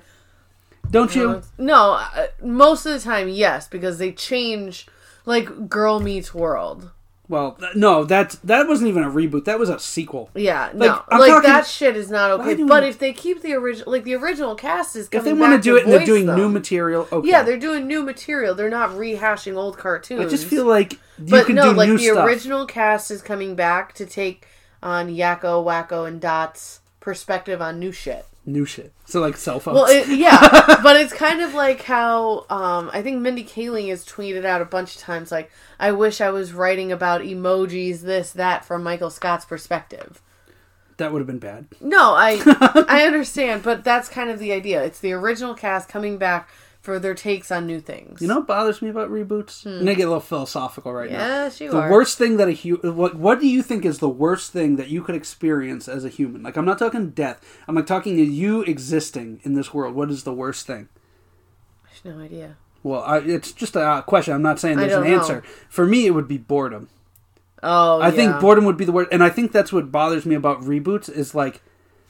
Speaker 1: Don't you?
Speaker 2: Uh-huh. No, uh, most of the time yes because they change like Girl Meets World
Speaker 1: Well, th- no, that's that wasn't even a reboot. That was a sequel.
Speaker 2: Yeah, no,
Speaker 1: Like, I'm
Speaker 2: like
Speaker 1: talking-
Speaker 2: that shit is not okay.
Speaker 1: do
Speaker 2: But
Speaker 1: we-
Speaker 2: if they keep the original, like the original cast is
Speaker 1: If
Speaker 2: coming
Speaker 1: they want to
Speaker 2: back
Speaker 1: do it and they're
Speaker 2: voice
Speaker 1: doing new
Speaker 2: them.
Speaker 1: material, okay.
Speaker 2: Yeah, they're doing new material. They're not rehashing old cartoons.
Speaker 1: I just feel like you
Speaker 2: but
Speaker 1: can
Speaker 2: no,
Speaker 1: do
Speaker 2: like
Speaker 1: new
Speaker 2: the
Speaker 1: stuff.
Speaker 2: original cast is coming back to take on Yakko, Wacko, and Dot's perspective on new shit.
Speaker 1: new shit. So like cell phones.
Speaker 2: Well,
Speaker 1: [LAUGHS]
Speaker 2: it, yeah, but it's kind of like how um, I think Mindy Kaling has tweeted out a bunch of times, like, "I wish I was writing about emojis, this, that, from Michael Scott's perspective."
Speaker 1: that would have been bad.
Speaker 2: No, I
Speaker 1: [LAUGHS]
Speaker 2: I understand, but that's kind of the idea. It's the original cast coming back for their takes on new things.
Speaker 1: You know what bothers me about reboots? I'm gonna get a little philosophical right now.
Speaker 2: Hmm. Yes, you
Speaker 1: the
Speaker 2: are.
Speaker 1: worst thing that a hu- what what do you think is the worst thing that you could experience as a human? Like I'm not talking death. I'm like talking to you existing in this world. What is the worst thing?
Speaker 2: I have no idea.
Speaker 1: Well, I, it's just a uh, question. I'm not saying there's an
Speaker 2: don't know.
Speaker 1: answer. For me, it would be boredom.
Speaker 2: Oh,
Speaker 1: I think
Speaker 2: yeah.
Speaker 1: boredom would be the word, and I think that's what bothers me about reboots is like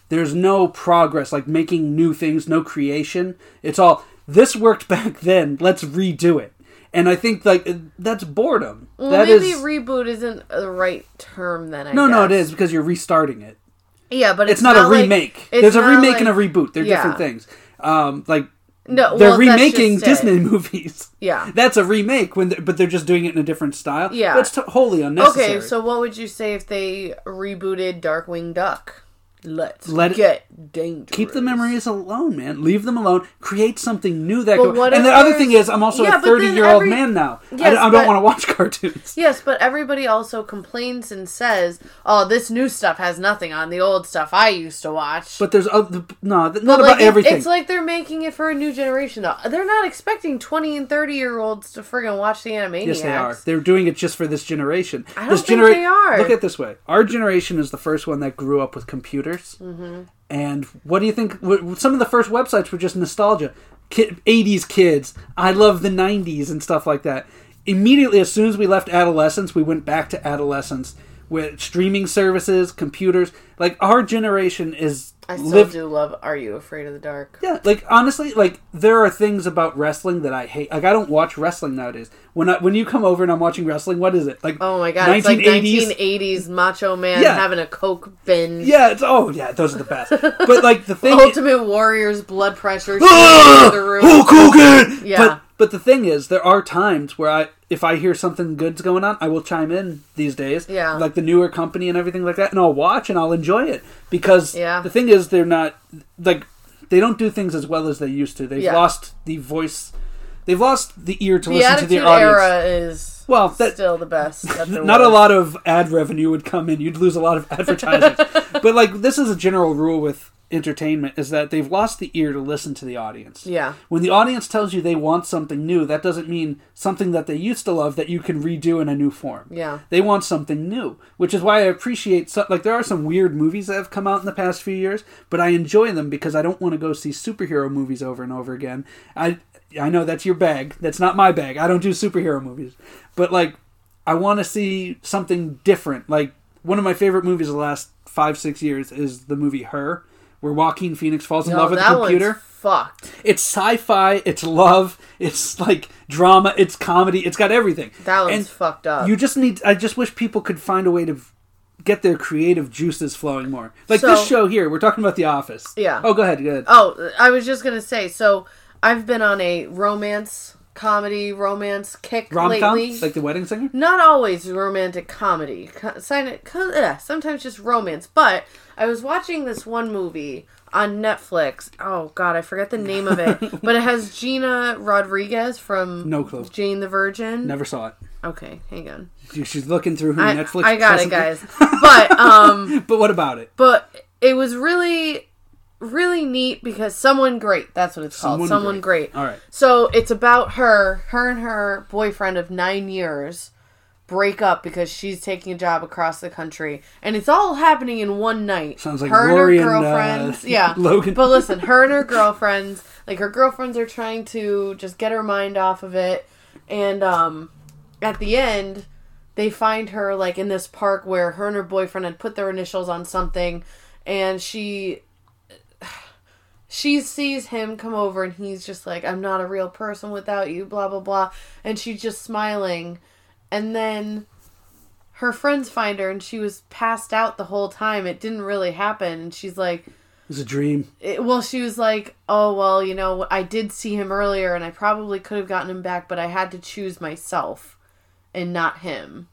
Speaker 1: there's no progress, like making new things, no creation. It's all this worked [LAUGHS] back then, let's redo it. And I think like uh, that's boredom.
Speaker 2: Well,
Speaker 1: That is
Speaker 2: maybe reboot isn't the right term. Then I
Speaker 1: no, no, it
Speaker 2: guess.
Speaker 1: is because you're restarting it.
Speaker 2: Yeah, but it's,
Speaker 1: It's, not, a
Speaker 2: like-
Speaker 1: remake.
Speaker 2: it's
Speaker 1: There's a
Speaker 2: not
Speaker 1: remake
Speaker 2: like-
Speaker 1: and a reboot. They're
Speaker 2: Yeah.
Speaker 1: different things. Um, like
Speaker 2: No,
Speaker 1: they're
Speaker 2: well, that's
Speaker 1: remaking
Speaker 2: just it.
Speaker 1: Disney [LAUGHS] movies.
Speaker 2: Yeah.
Speaker 1: that's a remake when, they but they're just doing it in a different style.
Speaker 2: Yeah.
Speaker 1: that's to- wholly unnecessary.
Speaker 2: Okay, so what would you say if they rebooted Darkwing Duck? Let's
Speaker 1: Let it-
Speaker 2: get dangerous.
Speaker 1: Keep the memories alone, man. Leave them alone. Create something new that.
Speaker 2: But
Speaker 1: Go-
Speaker 2: what
Speaker 1: and
Speaker 2: if
Speaker 1: the other
Speaker 2: there's-
Speaker 1: thing is, I'm also
Speaker 2: Yeah,
Speaker 1: a
Speaker 2: but then
Speaker 1: 30 year old
Speaker 2: every-
Speaker 1: man now. I
Speaker 2: Yes,
Speaker 1: don't- I,
Speaker 2: but-
Speaker 1: don't want to watch [LAUGHS] cartoons.
Speaker 2: Yes, but everybody also complains and says, "Oh, this new stuff has nothing on the old stuff I used to watch."
Speaker 1: But there's other no, th- not
Speaker 2: Like,
Speaker 1: about
Speaker 2: it-
Speaker 1: everything.
Speaker 2: It's like they're making it for a new generation, though. They're not expecting twenty and thirty year olds to friggin' watch the Animaniacs.
Speaker 1: yes, they are. They're doing it just for this generation.
Speaker 2: don't
Speaker 1: this
Speaker 2: think they are.
Speaker 1: Look at it this way: our generation is the first one that grew up with computers. Mm-hmm. And what do you think? wh- Some of the first websites were just nostalgia. Ki 80s kids, I love the 90s and stuff like that. Immediately, as soon as we left adolescence, we went back to adolescence with streaming services, computers. Like our generation is
Speaker 2: I still
Speaker 1: lived
Speaker 2: do love Are You Afraid of the Dark?
Speaker 1: yeah, like honestly, like there are things about wrestling that I hate. Like I don't watch wrestling nowadays. When I when you come over and I'm watching wrestling, what is it like?
Speaker 2: Oh my god, it's like 1980s macho man
Speaker 1: Yeah.
Speaker 2: having a coke binge.
Speaker 1: Yeah, it's oh yeah, those are the best. but like
Speaker 2: [LAUGHS]
Speaker 1: the thing,
Speaker 2: Ultimate Warrior's blood pressure shooting
Speaker 1: Ah!
Speaker 2: through the roof.
Speaker 1: Hulk Hogan.
Speaker 2: Yeah.
Speaker 1: But but the thing is, there are times where I if I hear something good's going on, I will chime in these days.
Speaker 2: Yeah.
Speaker 1: Like the newer company and everything like that, and I'll watch and I'll enjoy it because
Speaker 2: Yeah.
Speaker 1: the thing is, they're not like they don't do things as well as they used to. They've
Speaker 2: Yeah.
Speaker 1: lost the voice. They've lost the ear to
Speaker 2: The
Speaker 1: listen to
Speaker 2: Attitude
Speaker 1: their audience.
Speaker 2: Era is
Speaker 1: Well, that-
Speaker 2: still the best. that there
Speaker 1: Not a
Speaker 2: was.
Speaker 1: lot of ad revenue would come in. You'd lose a lot of [LAUGHS]
Speaker 2: [LAUGHS]
Speaker 1: advertisers. but like this is a general rule with entertainment is that they've lost the ear to listen to the audience.
Speaker 2: Yeah.
Speaker 1: When the audience tells you they want something new, that doesn't mean something that they used to love that you can redo in a new form.
Speaker 2: Yeah.
Speaker 1: They want something new, which is why I appreciate so, like there are some weird movies that have come out in the past few years, but I enjoy them because I don't want to go see superhero movies over and over again. I I know that's your bag. That's not my bag. I don't do superhero movies. But like I want to see something different. Like one of my favorite movies of the last 5-6 years is the movie Her. Where Joaquin Phoenix falls in
Speaker 2: No,
Speaker 1: love with the
Speaker 2: Oh, that one's
Speaker 1: computer.
Speaker 2: fucked.
Speaker 1: It's sci-fi, it's love, it's like drama, it's comedy, it's got everything.
Speaker 2: That one's
Speaker 1: And
Speaker 2: fucked up.
Speaker 1: You just need I just wish people could find a way to get their creative juices flowing more. Like
Speaker 2: So-
Speaker 1: this show here, we're talking about The Office.
Speaker 2: Yeah.
Speaker 1: Oh, go ahead, go ahead.
Speaker 2: Oh, I was just gonna say. So I've been on a romance comedy romance kick
Speaker 1: Rom-com?
Speaker 2: lately.
Speaker 1: Like The Wedding Singer?
Speaker 2: not always romantic comedy. Co- sign- co- eh, Sometimes just romance. But I was watching this one movie on Netflix. Oh God, I forget the name
Speaker 1: [LAUGHS]
Speaker 2: of it. but it has Gina Rodriguez from
Speaker 1: No clue.
Speaker 2: Jane the Virgin.
Speaker 1: Never saw it.
Speaker 2: Okay, hang on.
Speaker 1: Dude, She's looking through her
Speaker 2: I,
Speaker 1: Netflix.
Speaker 2: I got it,
Speaker 1: presently.
Speaker 2: guys. But um,
Speaker 1: [LAUGHS] But what about it?
Speaker 2: but it was really, really neat because someone great. That's what it's called.
Speaker 1: Someone
Speaker 2: Someone
Speaker 1: Great.
Speaker 2: great.
Speaker 1: All right.
Speaker 2: So it's about her, her and her boyfriend of nine years break up because she's taking a job across the country, and it's all happening in one night.
Speaker 1: Sounds like Lori and, uh, [LAUGHS]
Speaker 2: yeah,
Speaker 1: Logan.
Speaker 2: But listen, her and her girlfriends, like her girlfriends, are trying to just get her mind off of it, and um, at the end, they find her like in this park where her and her boyfriend had put their initials on something, and she [SIGHS] she sees him come over and he's just like, I'm not a real person without you, blah, blah, blah. And she's just smiling. And then her friends find her and she was passed out the whole time. It didn't really happen. And she's like,
Speaker 1: was a dream.
Speaker 2: it, well, she was like, oh, well, you know, I did see him earlier and I probably could have gotten him back, but I had to choose myself and not him.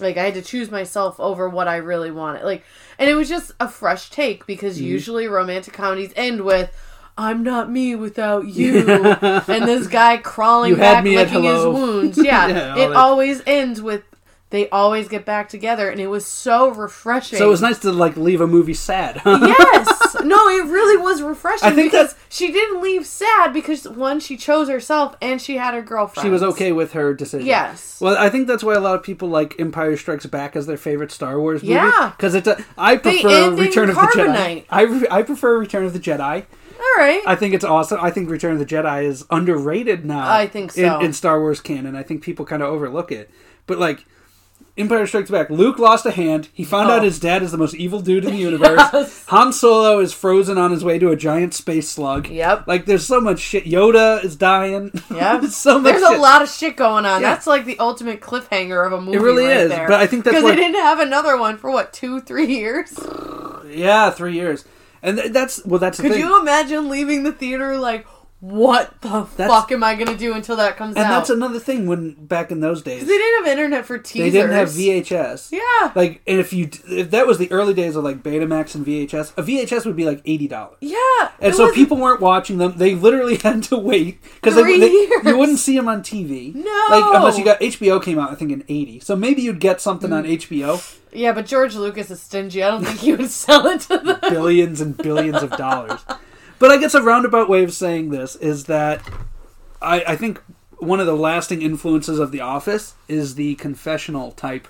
Speaker 2: Like, I had to choose myself over what I really wanted. Like, and it was just a fresh take because
Speaker 1: Mm-hmm.
Speaker 2: usually romantic comedies end with, I'm not
Speaker 1: [LAUGHS]
Speaker 2: me without you. and this guy crawling
Speaker 1: You had
Speaker 2: back,
Speaker 1: me at
Speaker 2: licking his
Speaker 1: hello. [LAUGHS]
Speaker 2: wounds. Yeah.
Speaker 1: Yeah, all
Speaker 2: it
Speaker 1: that.
Speaker 2: always ends with, they always get back together. And it was so refreshing.
Speaker 1: So it was nice to like leave a movie sad. huh?
Speaker 2: Yes. No, it really was refreshing
Speaker 1: I think
Speaker 2: because she didn't leave sad because one, she chose herself and she had her girlfriend.
Speaker 1: she was okay with her decision.
Speaker 2: Yes.
Speaker 1: Well, I think that's why a lot of people like Empire Strikes Back as their favorite Star Wars movie.
Speaker 2: Yeah.
Speaker 1: Because it's a, I prefer
Speaker 2: end in
Speaker 1: Return of the Jedi.
Speaker 2: carbonite.
Speaker 1: I, re- I prefer Return of the Jedi.
Speaker 2: All right.
Speaker 1: I think it's awesome. I think Return of the Jedi is underrated now.
Speaker 2: I think so.
Speaker 1: In, in Star Wars canon, I think people kind of overlook it. But like Empire Strikes Back, Luke lost a hand. He found
Speaker 2: Oh.
Speaker 1: out his dad is the most evil dude in
Speaker 2: [LAUGHS]
Speaker 1: the universe. Han Solo is frozen on his way to a giant space slug.
Speaker 2: Yep.
Speaker 1: Like there's so much shit. Yoda is dying.
Speaker 2: [LAUGHS]
Speaker 1: [LAUGHS]
Speaker 2: yeah.
Speaker 1: There's so much.
Speaker 2: There's
Speaker 1: shit.
Speaker 2: a lot of shit going on.
Speaker 1: Yeah.
Speaker 2: That's like the ultimate cliffhanger of a movie.
Speaker 1: It really
Speaker 2: right
Speaker 1: is,
Speaker 2: there.
Speaker 1: but I think that's
Speaker 2: because they
Speaker 1: what-
Speaker 2: didn't have another one for what two, three years.
Speaker 1: Yeah, three years. And th- that's well. That's the
Speaker 2: Could
Speaker 1: thing.
Speaker 2: you imagine leaving the theater like, what the fuck am I gonna do until that comes
Speaker 1: and
Speaker 2: out?
Speaker 1: that's another thing. When back in those days,
Speaker 2: they didn't have internet for
Speaker 1: they
Speaker 2: teasers.
Speaker 1: didn't have VHS.
Speaker 2: Yeah.
Speaker 1: Like, and if you if that was the early days of like Betamax and VHS, a VHS would be like eighty dollars.
Speaker 2: yeah.
Speaker 1: And
Speaker 2: it
Speaker 1: so
Speaker 2: was-
Speaker 1: people weren't watching them. They literally [LAUGHS] had to wait because they,
Speaker 2: Three
Speaker 1: they-
Speaker 2: years.
Speaker 1: you wouldn't see them on TV.
Speaker 2: No. Mm.
Speaker 1: like unless you got HBO came out I think in eighty, so maybe you'd get something on HBO.
Speaker 2: Yeah, but George Lucas is stingy. I don't think he would [LAUGHS] sell it to them.
Speaker 1: billions and billions of dollars. But I guess a roundabout way of saying this is that I, I think one of the lasting influences of The Office is the confessional type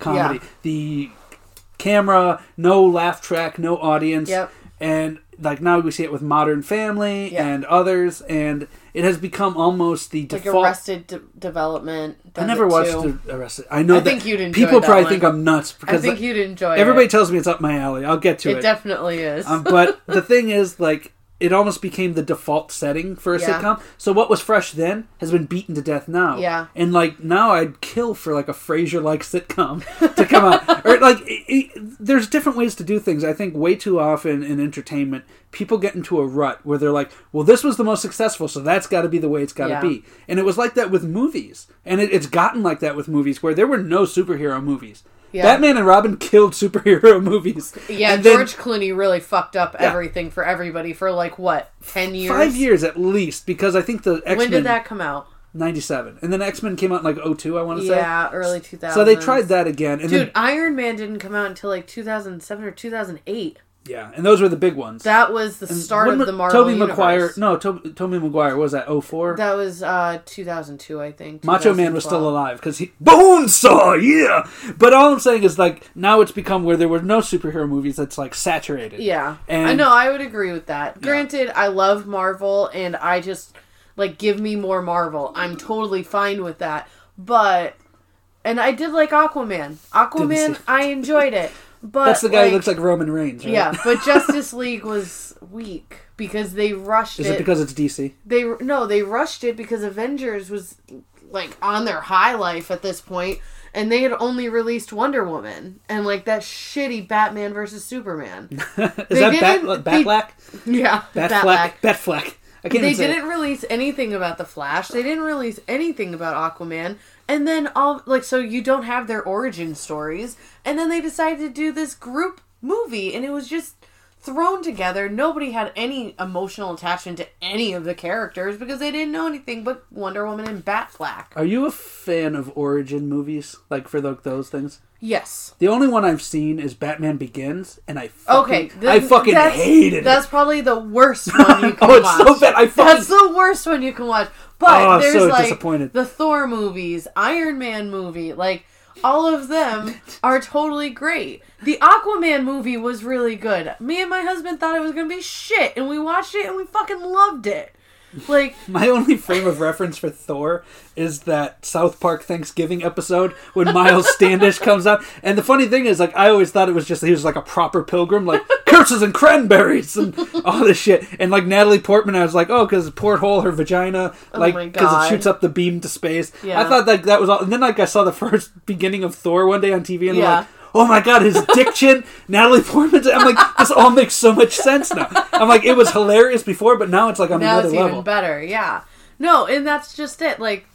Speaker 1: comedy.
Speaker 2: Yeah.
Speaker 1: The camera, no laugh track, no audience.
Speaker 2: Yep.
Speaker 1: And like now we see it with Modern Family
Speaker 2: Yeah.
Speaker 1: and others, and it has become almost the
Speaker 2: like
Speaker 1: default.
Speaker 2: Arrested De- Development.
Speaker 1: I
Speaker 2: does
Speaker 1: never
Speaker 2: it
Speaker 1: watched
Speaker 2: too.
Speaker 1: the Arrested. I know
Speaker 2: I
Speaker 1: that
Speaker 2: think you'd enjoy
Speaker 1: people
Speaker 2: that
Speaker 1: probably
Speaker 2: one.
Speaker 1: think I'm nuts because
Speaker 2: I think
Speaker 1: the-
Speaker 2: you'd enjoy
Speaker 1: everybody
Speaker 2: it.
Speaker 1: tells me it's up my alley. I'll get to
Speaker 2: It
Speaker 1: it.
Speaker 2: definitely is.
Speaker 1: Um, but the thing is, like, it almost became the default setting for a
Speaker 2: Yeah.
Speaker 1: sitcom. So what was fresh then has been beaten to death now.
Speaker 2: Yeah.
Speaker 1: And like now, I'd kill for like a Frasier-like sitcom [LAUGHS] to come out. or like, it, it, there's different ways to do things. I think way too often in entertainment, people get into a rut where they're like, "Well, this was the most successful, so that's got to be the way it's got to
Speaker 2: Yeah.
Speaker 1: be." And it was like that with movies, and it, it's gotten like that with movies where there were no superhero movies.
Speaker 2: Yeah.
Speaker 1: Batman and Robin [LAUGHS] killed superhero movies.
Speaker 2: yeah,
Speaker 1: And then-
Speaker 2: George Clooney really fucked up everything for everybody for like what ten years.
Speaker 1: Five years at least, because I think the X
Speaker 2: When
Speaker 1: Men
Speaker 2: did that come out?
Speaker 1: ninety seven, and then X Men came out in like 02, I want to
Speaker 2: Yeah, early two
Speaker 1: say.
Speaker 2: thousand.
Speaker 1: So they tried that again, and
Speaker 2: Dude,
Speaker 1: then,
Speaker 2: Iron Man didn't come out until like 2007 or 2008.
Speaker 1: yeah, and those were the big ones.
Speaker 2: That was the start
Speaker 1: Wouldn't
Speaker 2: of
Speaker 1: it-
Speaker 2: the Marvel
Speaker 1: Tobey
Speaker 2: universe.
Speaker 1: Maguire, no, Toby, Tobey Maguire what was that 04?
Speaker 2: That was uh 2002, I think.
Speaker 1: Macho Man was
Speaker 2: 2012.
Speaker 1: still alive because he Bonesaw, yeah. But all I'm saying is like now it's become where there were no superhero movies that's like saturated.
Speaker 2: Yeah.
Speaker 1: and
Speaker 2: I know, I would agree with that. Granted, I love Marvel and I just like give me more Marvel. I'm
Speaker 1: Mm-hmm.
Speaker 2: totally fine with that. But and I did like Aquaman. Aquaman,
Speaker 1: see-
Speaker 2: I enjoyed it. But
Speaker 1: that's the guy who looks like Roman Reigns. Right?
Speaker 2: Yeah,
Speaker 1: [LAUGHS]
Speaker 2: but Justice League was weak because they rushed
Speaker 1: Is it because it's DC?
Speaker 2: they no they rushed it because avengers was like on their high life at this point and they had only released wonder woman and like that shitty batman
Speaker 1: [LAUGHS]
Speaker 2: versus superman
Speaker 1: Is
Speaker 2: They
Speaker 1: that
Speaker 2: didn't-
Speaker 1: Bat
Speaker 2: they-
Speaker 1: Batfleck?
Speaker 2: yeah
Speaker 1: Batfleck. Batfleck. I can't.
Speaker 2: they
Speaker 1: even say it.
Speaker 2: didn't release anything about the flash they didn't release anything about aquaman and then all like so you don't have their origin stories and then they decided to do this group movie and it was just thrown together nobody had any emotional attachment to any of the characters because they didn't know anything but wonder woman and batflack
Speaker 1: Are you a fan of origin movies, like for tho- those things?
Speaker 2: yes
Speaker 1: The only one I've seen is Batman Begins, and I
Speaker 2: okay
Speaker 1: fucking, I
Speaker 2: th-
Speaker 1: fucking
Speaker 2: that's-
Speaker 1: hated it.
Speaker 2: that's probably the worst
Speaker 1: [LAUGHS]
Speaker 2: one you can
Speaker 1: oh, it's
Speaker 2: watch
Speaker 1: so bad. I fucking
Speaker 2: That's the worst one you can watch. But
Speaker 1: Oh, I'm
Speaker 2: there's
Speaker 1: so
Speaker 2: like
Speaker 1: disappointed.
Speaker 2: the Thor movies, Iron Man movie, like all
Speaker 1: [LAUGHS]
Speaker 2: of them are totally great. The Aquaman movie was really good. Me and my husband thought it was gonna be shit, and we watched it and we fucking loved it. Like
Speaker 1: my only frame of reference for Thor is that South Park Thanksgiving episode when Miles Standish comes out. And the funny thing is, like, I always thought it was just he was like a proper pilgrim, like curses and cranberries and all this shit. And like Natalie Portman, I was like, oh, because porthole her vagina, like
Speaker 2: Oh my
Speaker 1: because
Speaker 2: God.
Speaker 1: it shoots up the beam to space. I
Speaker 2: Yeah.
Speaker 1: thought like that was all. And then like I saw the first beginning of Thor one day on TV, and I'm
Speaker 2: Yeah.
Speaker 1: like. Oh my god, his dick chin, Natalie Portman's. I'm like, this all makes so much sense now. I'm like, it was hilarious before, but now it's like on [LAUGHS]
Speaker 2: now
Speaker 1: another
Speaker 2: it's
Speaker 1: level.
Speaker 2: even better. Yeah. No, and that's just it. Like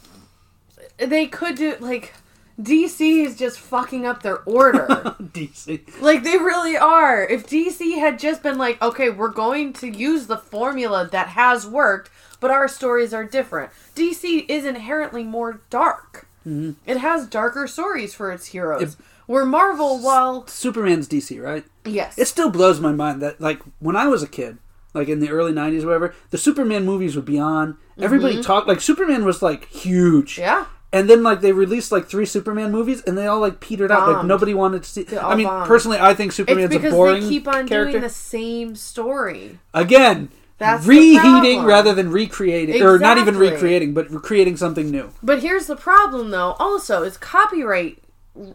Speaker 2: they could do like DC is just fucking up their
Speaker 1: [LAUGHS]
Speaker 2: order.
Speaker 1: DC.
Speaker 2: like they really are. If DC had just been like, okay, we're going to use the formula that has worked, but our stories are different. DC is inherently more dark.
Speaker 1: Mm-hmm.
Speaker 2: It has darker stories for its heroes. Where Marvel, well,
Speaker 1: Superman's DC, right?
Speaker 2: yes,
Speaker 1: It still blows my mind that like when I was a kid, like in the early '90s, or whatever, the Superman movies would be on. Everybody talked like Superman was like huge.
Speaker 2: Mm-hmm. yeah,
Speaker 1: And then like they released like three Superman movies, and they all like petered out. Like
Speaker 2: Bombed.
Speaker 1: nobody wanted to see.
Speaker 2: all
Speaker 1: I mean,
Speaker 2: bombed.
Speaker 1: personally, I think Superman's
Speaker 2: it's
Speaker 1: a
Speaker 2: because
Speaker 1: boring
Speaker 2: they keep on
Speaker 1: character.
Speaker 2: doing the same story.
Speaker 1: Again,
Speaker 2: That's the
Speaker 1: reheating
Speaker 2: problem.
Speaker 1: rather than recreating, or not even
Speaker 2: Exactly.
Speaker 1: recreating, but creating something new.
Speaker 2: But here's the problem, though. Also, is copyright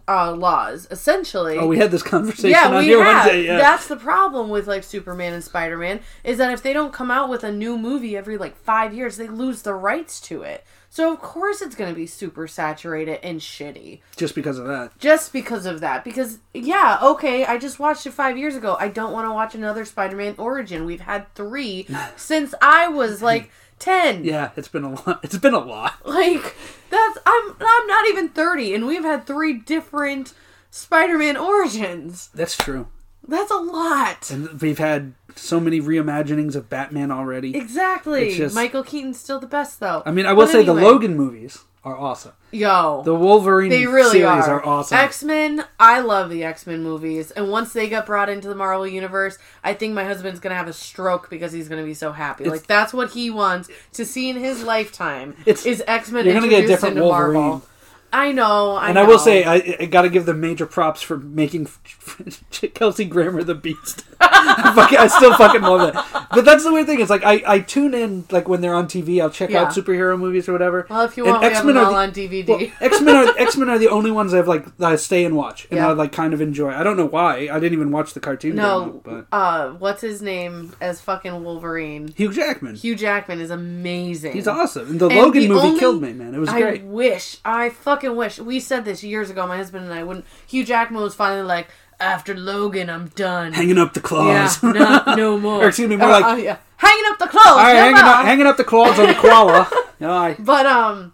Speaker 2: uh, laws essentially.
Speaker 1: Oh, we had this conversation
Speaker 2: yeah,
Speaker 1: on
Speaker 2: we
Speaker 1: here
Speaker 2: have.
Speaker 1: one day. Yeah,
Speaker 2: That's the problem with like Superman and Spider Man is that if they don't come out with a new movie every like five years, they lose the rights to it. So of course it's going to be super saturated and shitty
Speaker 1: just because of that.
Speaker 2: just because of that. Because yeah, okay, I just watched it five years ago. I don't want to watch another Spider Man origin. We've had
Speaker 1: [LAUGHS]
Speaker 2: three since I was like ten.
Speaker 1: Yeah, it's been a lot. [LAUGHS] It's been a lot.
Speaker 2: Like that's I'm I'm not even 30 and we've had three different Spider-Man origins.
Speaker 1: That's true.
Speaker 2: That's a lot.
Speaker 1: And we've had so many reimaginings of Batman already.
Speaker 2: Exactly.
Speaker 1: It's just-
Speaker 2: Michael Keaton's still the best though.
Speaker 1: I mean, I will
Speaker 2: But
Speaker 1: say the
Speaker 2: anyway,
Speaker 1: Logan movies are awesome.
Speaker 2: Yo.
Speaker 1: The Wolverine
Speaker 2: they really
Speaker 1: series
Speaker 2: are.
Speaker 1: are, awesome.
Speaker 2: X-Men, I love the X-Men movies. And once they got brought into the Marvel universe, I think my husband's going to have a stroke because he's going to be so happy. like that's what he wants to see in his lifetime.
Speaker 1: It's-
Speaker 2: is X-Men
Speaker 1: you're gonna get a
Speaker 2: introduced
Speaker 1: different
Speaker 2: into
Speaker 1: Wolverine.
Speaker 2: Marvel. I know. I
Speaker 1: and I will
Speaker 2: know.
Speaker 1: say, I, I got to give them major props for making [LAUGHS] Kelsey Grammer the Beast. [LAUGHS] I, fucking, I still fucking love that. But that's the weird thing. It's like I, I tune in like when they're on TV. I'll check
Speaker 2: Yeah.
Speaker 1: out superhero movies or whatever.
Speaker 2: Well, if you
Speaker 1: And
Speaker 2: want, we have
Speaker 1: X-Men
Speaker 2: them
Speaker 1: are
Speaker 2: all
Speaker 1: the-
Speaker 2: on DVD.
Speaker 1: Well, X Men are X Men are the only ones I've like I stay and watch and
Speaker 2: Yeah.
Speaker 1: I like kind of enjoy. I don't know why. I didn't even watch the cartoon. growing
Speaker 2: [LAUGHS] no,
Speaker 1: up, [LAUGHS] but
Speaker 2: uh, what's his name as fucking Wolverine?
Speaker 1: Hugh Jackman.
Speaker 2: Hugh Jackman is amazing.
Speaker 1: He's awesome. And the
Speaker 2: And
Speaker 1: Logan
Speaker 2: the
Speaker 1: movie
Speaker 2: only-
Speaker 1: killed me, man. It was
Speaker 2: I
Speaker 1: great.
Speaker 2: wish, I fucking wish. We said this years ago, my husband and I. When Hugh Jackman was finally like, after Logan, I'm done.
Speaker 1: Hanging up the
Speaker 2: yeah,
Speaker 1: [LAUGHS] claws.
Speaker 2: [LAUGHS] no, no more.
Speaker 1: Or excuse me, more like-
Speaker 2: uh, yeah. hanging up the clothes.
Speaker 1: All right,
Speaker 2: no
Speaker 1: hanging
Speaker 2: more.
Speaker 1: up, hanging up the claws on the
Speaker 2: [LAUGHS]
Speaker 1: koala. no, I,
Speaker 2: But um,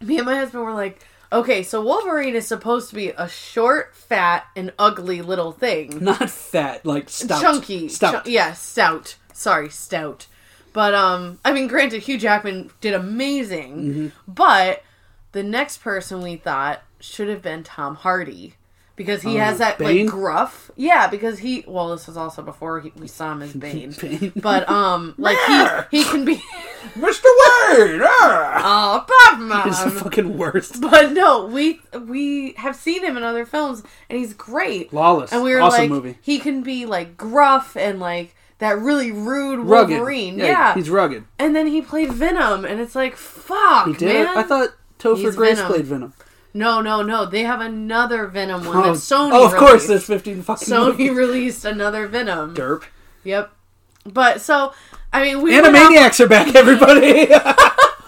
Speaker 2: me and my husband were like, okay, so Wolverine is supposed to be a short, fat, and ugly little thing.
Speaker 1: not fat, like stout.
Speaker 2: chunky.
Speaker 1: Stout.
Speaker 2: Chu- yeah, stout. Sorry, stout. But um, I mean, granted, Hugh Jackman did amazing,
Speaker 1: Mm-hmm.
Speaker 2: but the next person we thought should have been Tom Hardy because he has that
Speaker 1: Oh, Bane?
Speaker 2: like gruff. Yeah, because he. Well, this was also before he, we
Speaker 1: [LAUGHS]
Speaker 2: saw him as Bane. But um, like he he can be [LAUGHS]
Speaker 1: Mr. Wayne! ah!
Speaker 2: oh
Speaker 1: It's the
Speaker 2: Batman.
Speaker 1: fucking worst.
Speaker 2: But no, we we have seen him in other films, and he's great.
Speaker 1: Lawless.
Speaker 2: And we were
Speaker 1: awesome
Speaker 2: like,
Speaker 1: movie.
Speaker 2: he can be like gruff and like that really rude
Speaker 1: Rugged.
Speaker 2: Wolverine.
Speaker 1: Yeah,
Speaker 2: Yeah.
Speaker 1: He's rugged.
Speaker 2: and then he played Venom, and it's like, fuck,
Speaker 1: He did?
Speaker 2: man.
Speaker 1: I thought Topher
Speaker 2: He's
Speaker 1: Grace
Speaker 2: Venom.
Speaker 1: played Venom.
Speaker 2: no, no, no. They have another Venom one
Speaker 1: Oh,
Speaker 2: that Sony.
Speaker 1: oh, of
Speaker 2: released.
Speaker 1: course, there's 15 fucking
Speaker 2: [LAUGHS] Sony
Speaker 1: [LAUGHS]
Speaker 2: [LAUGHS]
Speaker 1: movies.
Speaker 2: released another Venom.
Speaker 1: Derp.
Speaker 2: Yep. But so, I mean, we went off- [LAUGHS]
Speaker 1: Animaniacs are back, everybody!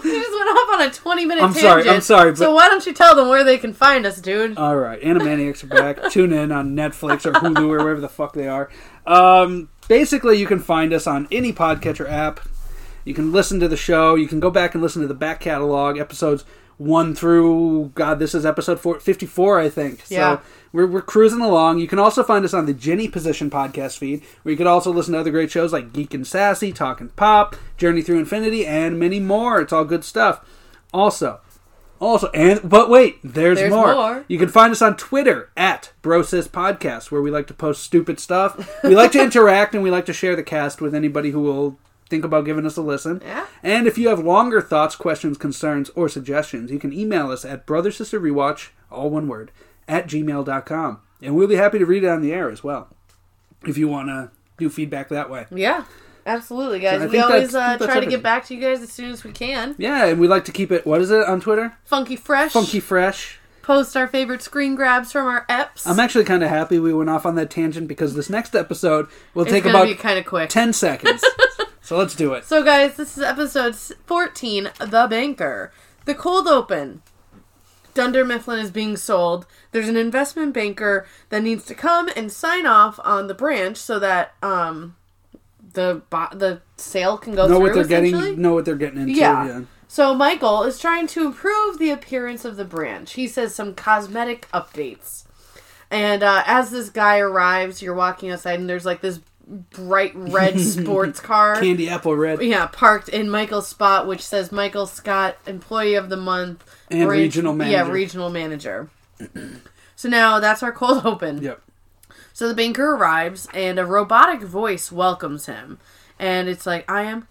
Speaker 2: we just went off on a twenty-minute.
Speaker 1: I'm
Speaker 2: tangent.
Speaker 1: sorry, I'm sorry,
Speaker 2: so
Speaker 1: but- Uh,
Speaker 2: why don't you tell them where they can find us, dude?
Speaker 1: All right, Animaniacs are
Speaker 2: [LAUGHS]
Speaker 1: back. Tune in on Netflix or Hulu or wherever the fuck they are. Um, basically, you can find us on any podcatcher app. You can listen to the show. You can go back and listen to the back catalog episodes one through God. This is episode four, 54, I think.
Speaker 2: Yeah.
Speaker 1: So we're, we're cruising along. You can also find us on the Jenny Position podcast feed, where you can also listen to other great shows like Geek and Sassy, Talk and Pop, Journey Through Infinity, and many more. It's all good stuff. Also, also, and but wait, there's,
Speaker 2: There's
Speaker 1: more.
Speaker 2: more.
Speaker 1: You can find us on Twitter at Brosis Podcast, where we like to post stupid stuff. We like to interact and we like to share the cast with anybody who will think about giving us a listen.
Speaker 2: Yeah.
Speaker 1: And if you have longer thoughts, questions, concerns, or suggestions, you can email us at Brother Sister Rewatch, all one word, at gmail.com. And we'll be happy to read it on the air as well if you want to do feedback that way.
Speaker 2: Yeah, absolutely, guys.
Speaker 1: I
Speaker 2: we
Speaker 1: think
Speaker 2: always
Speaker 1: that's- I
Speaker 2: uh,
Speaker 1: think that's
Speaker 2: try to
Speaker 1: everything.
Speaker 2: get back to you guys as soon as we can.
Speaker 1: Yeah, and we like to keep it, what is it on Twitter?
Speaker 2: Funky fresh.
Speaker 1: Funky Fresh.
Speaker 2: post our favorite screen grabs from our EPs.
Speaker 1: I'm actually kind of happy we went off on that tangent because this next episode will
Speaker 2: it's
Speaker 1: take
Speaker 2: gonna
Speaker 1: about
Speaker 2: be kind of quick.
Speaker 1: 10
Speaker 2: [LAUGHS]
Speaker 1: seconds. so let's do it.
Speaker 2: So, guys, this is episode s- 14 The Banker. The cold open. Dunder Mifflin is being sold. There's an investment banker that needs to come and sign off on the branch so that um, the bo- the sale can go
Speaker 1: Know
Speaker 2: through.
Speaker 1: what they're
Speaker 2: essentially.
Speaker 1: getting, know what they're getting into.
Speaker 2: Yeah.
Speaker 1: yeah.
Speaker 2: So Michael is trying to improve the appearance of the branch. He says some cosmetic updates. And uh, as this guy arrives, you're walking outside, and there's like this bright
Speaker 1: [LAUGHS]
Speaker 2: red sports car.
Speaker 1: Candy apple red
Speaker 2: yeah, parked in Michael's spot, which says Michael Scott, Employee of the Month,
Speaker 1: and
Speaker 2: branch-
Speaker 1: regional manager.
Speaker 2: Yeah, regional manager. [CLEARS THROAT] so now that's our cold open.
Speaker 1: Yep.
Speaker 2: So the banker arrives, and a robotic voice welcomes him. And it's like, I am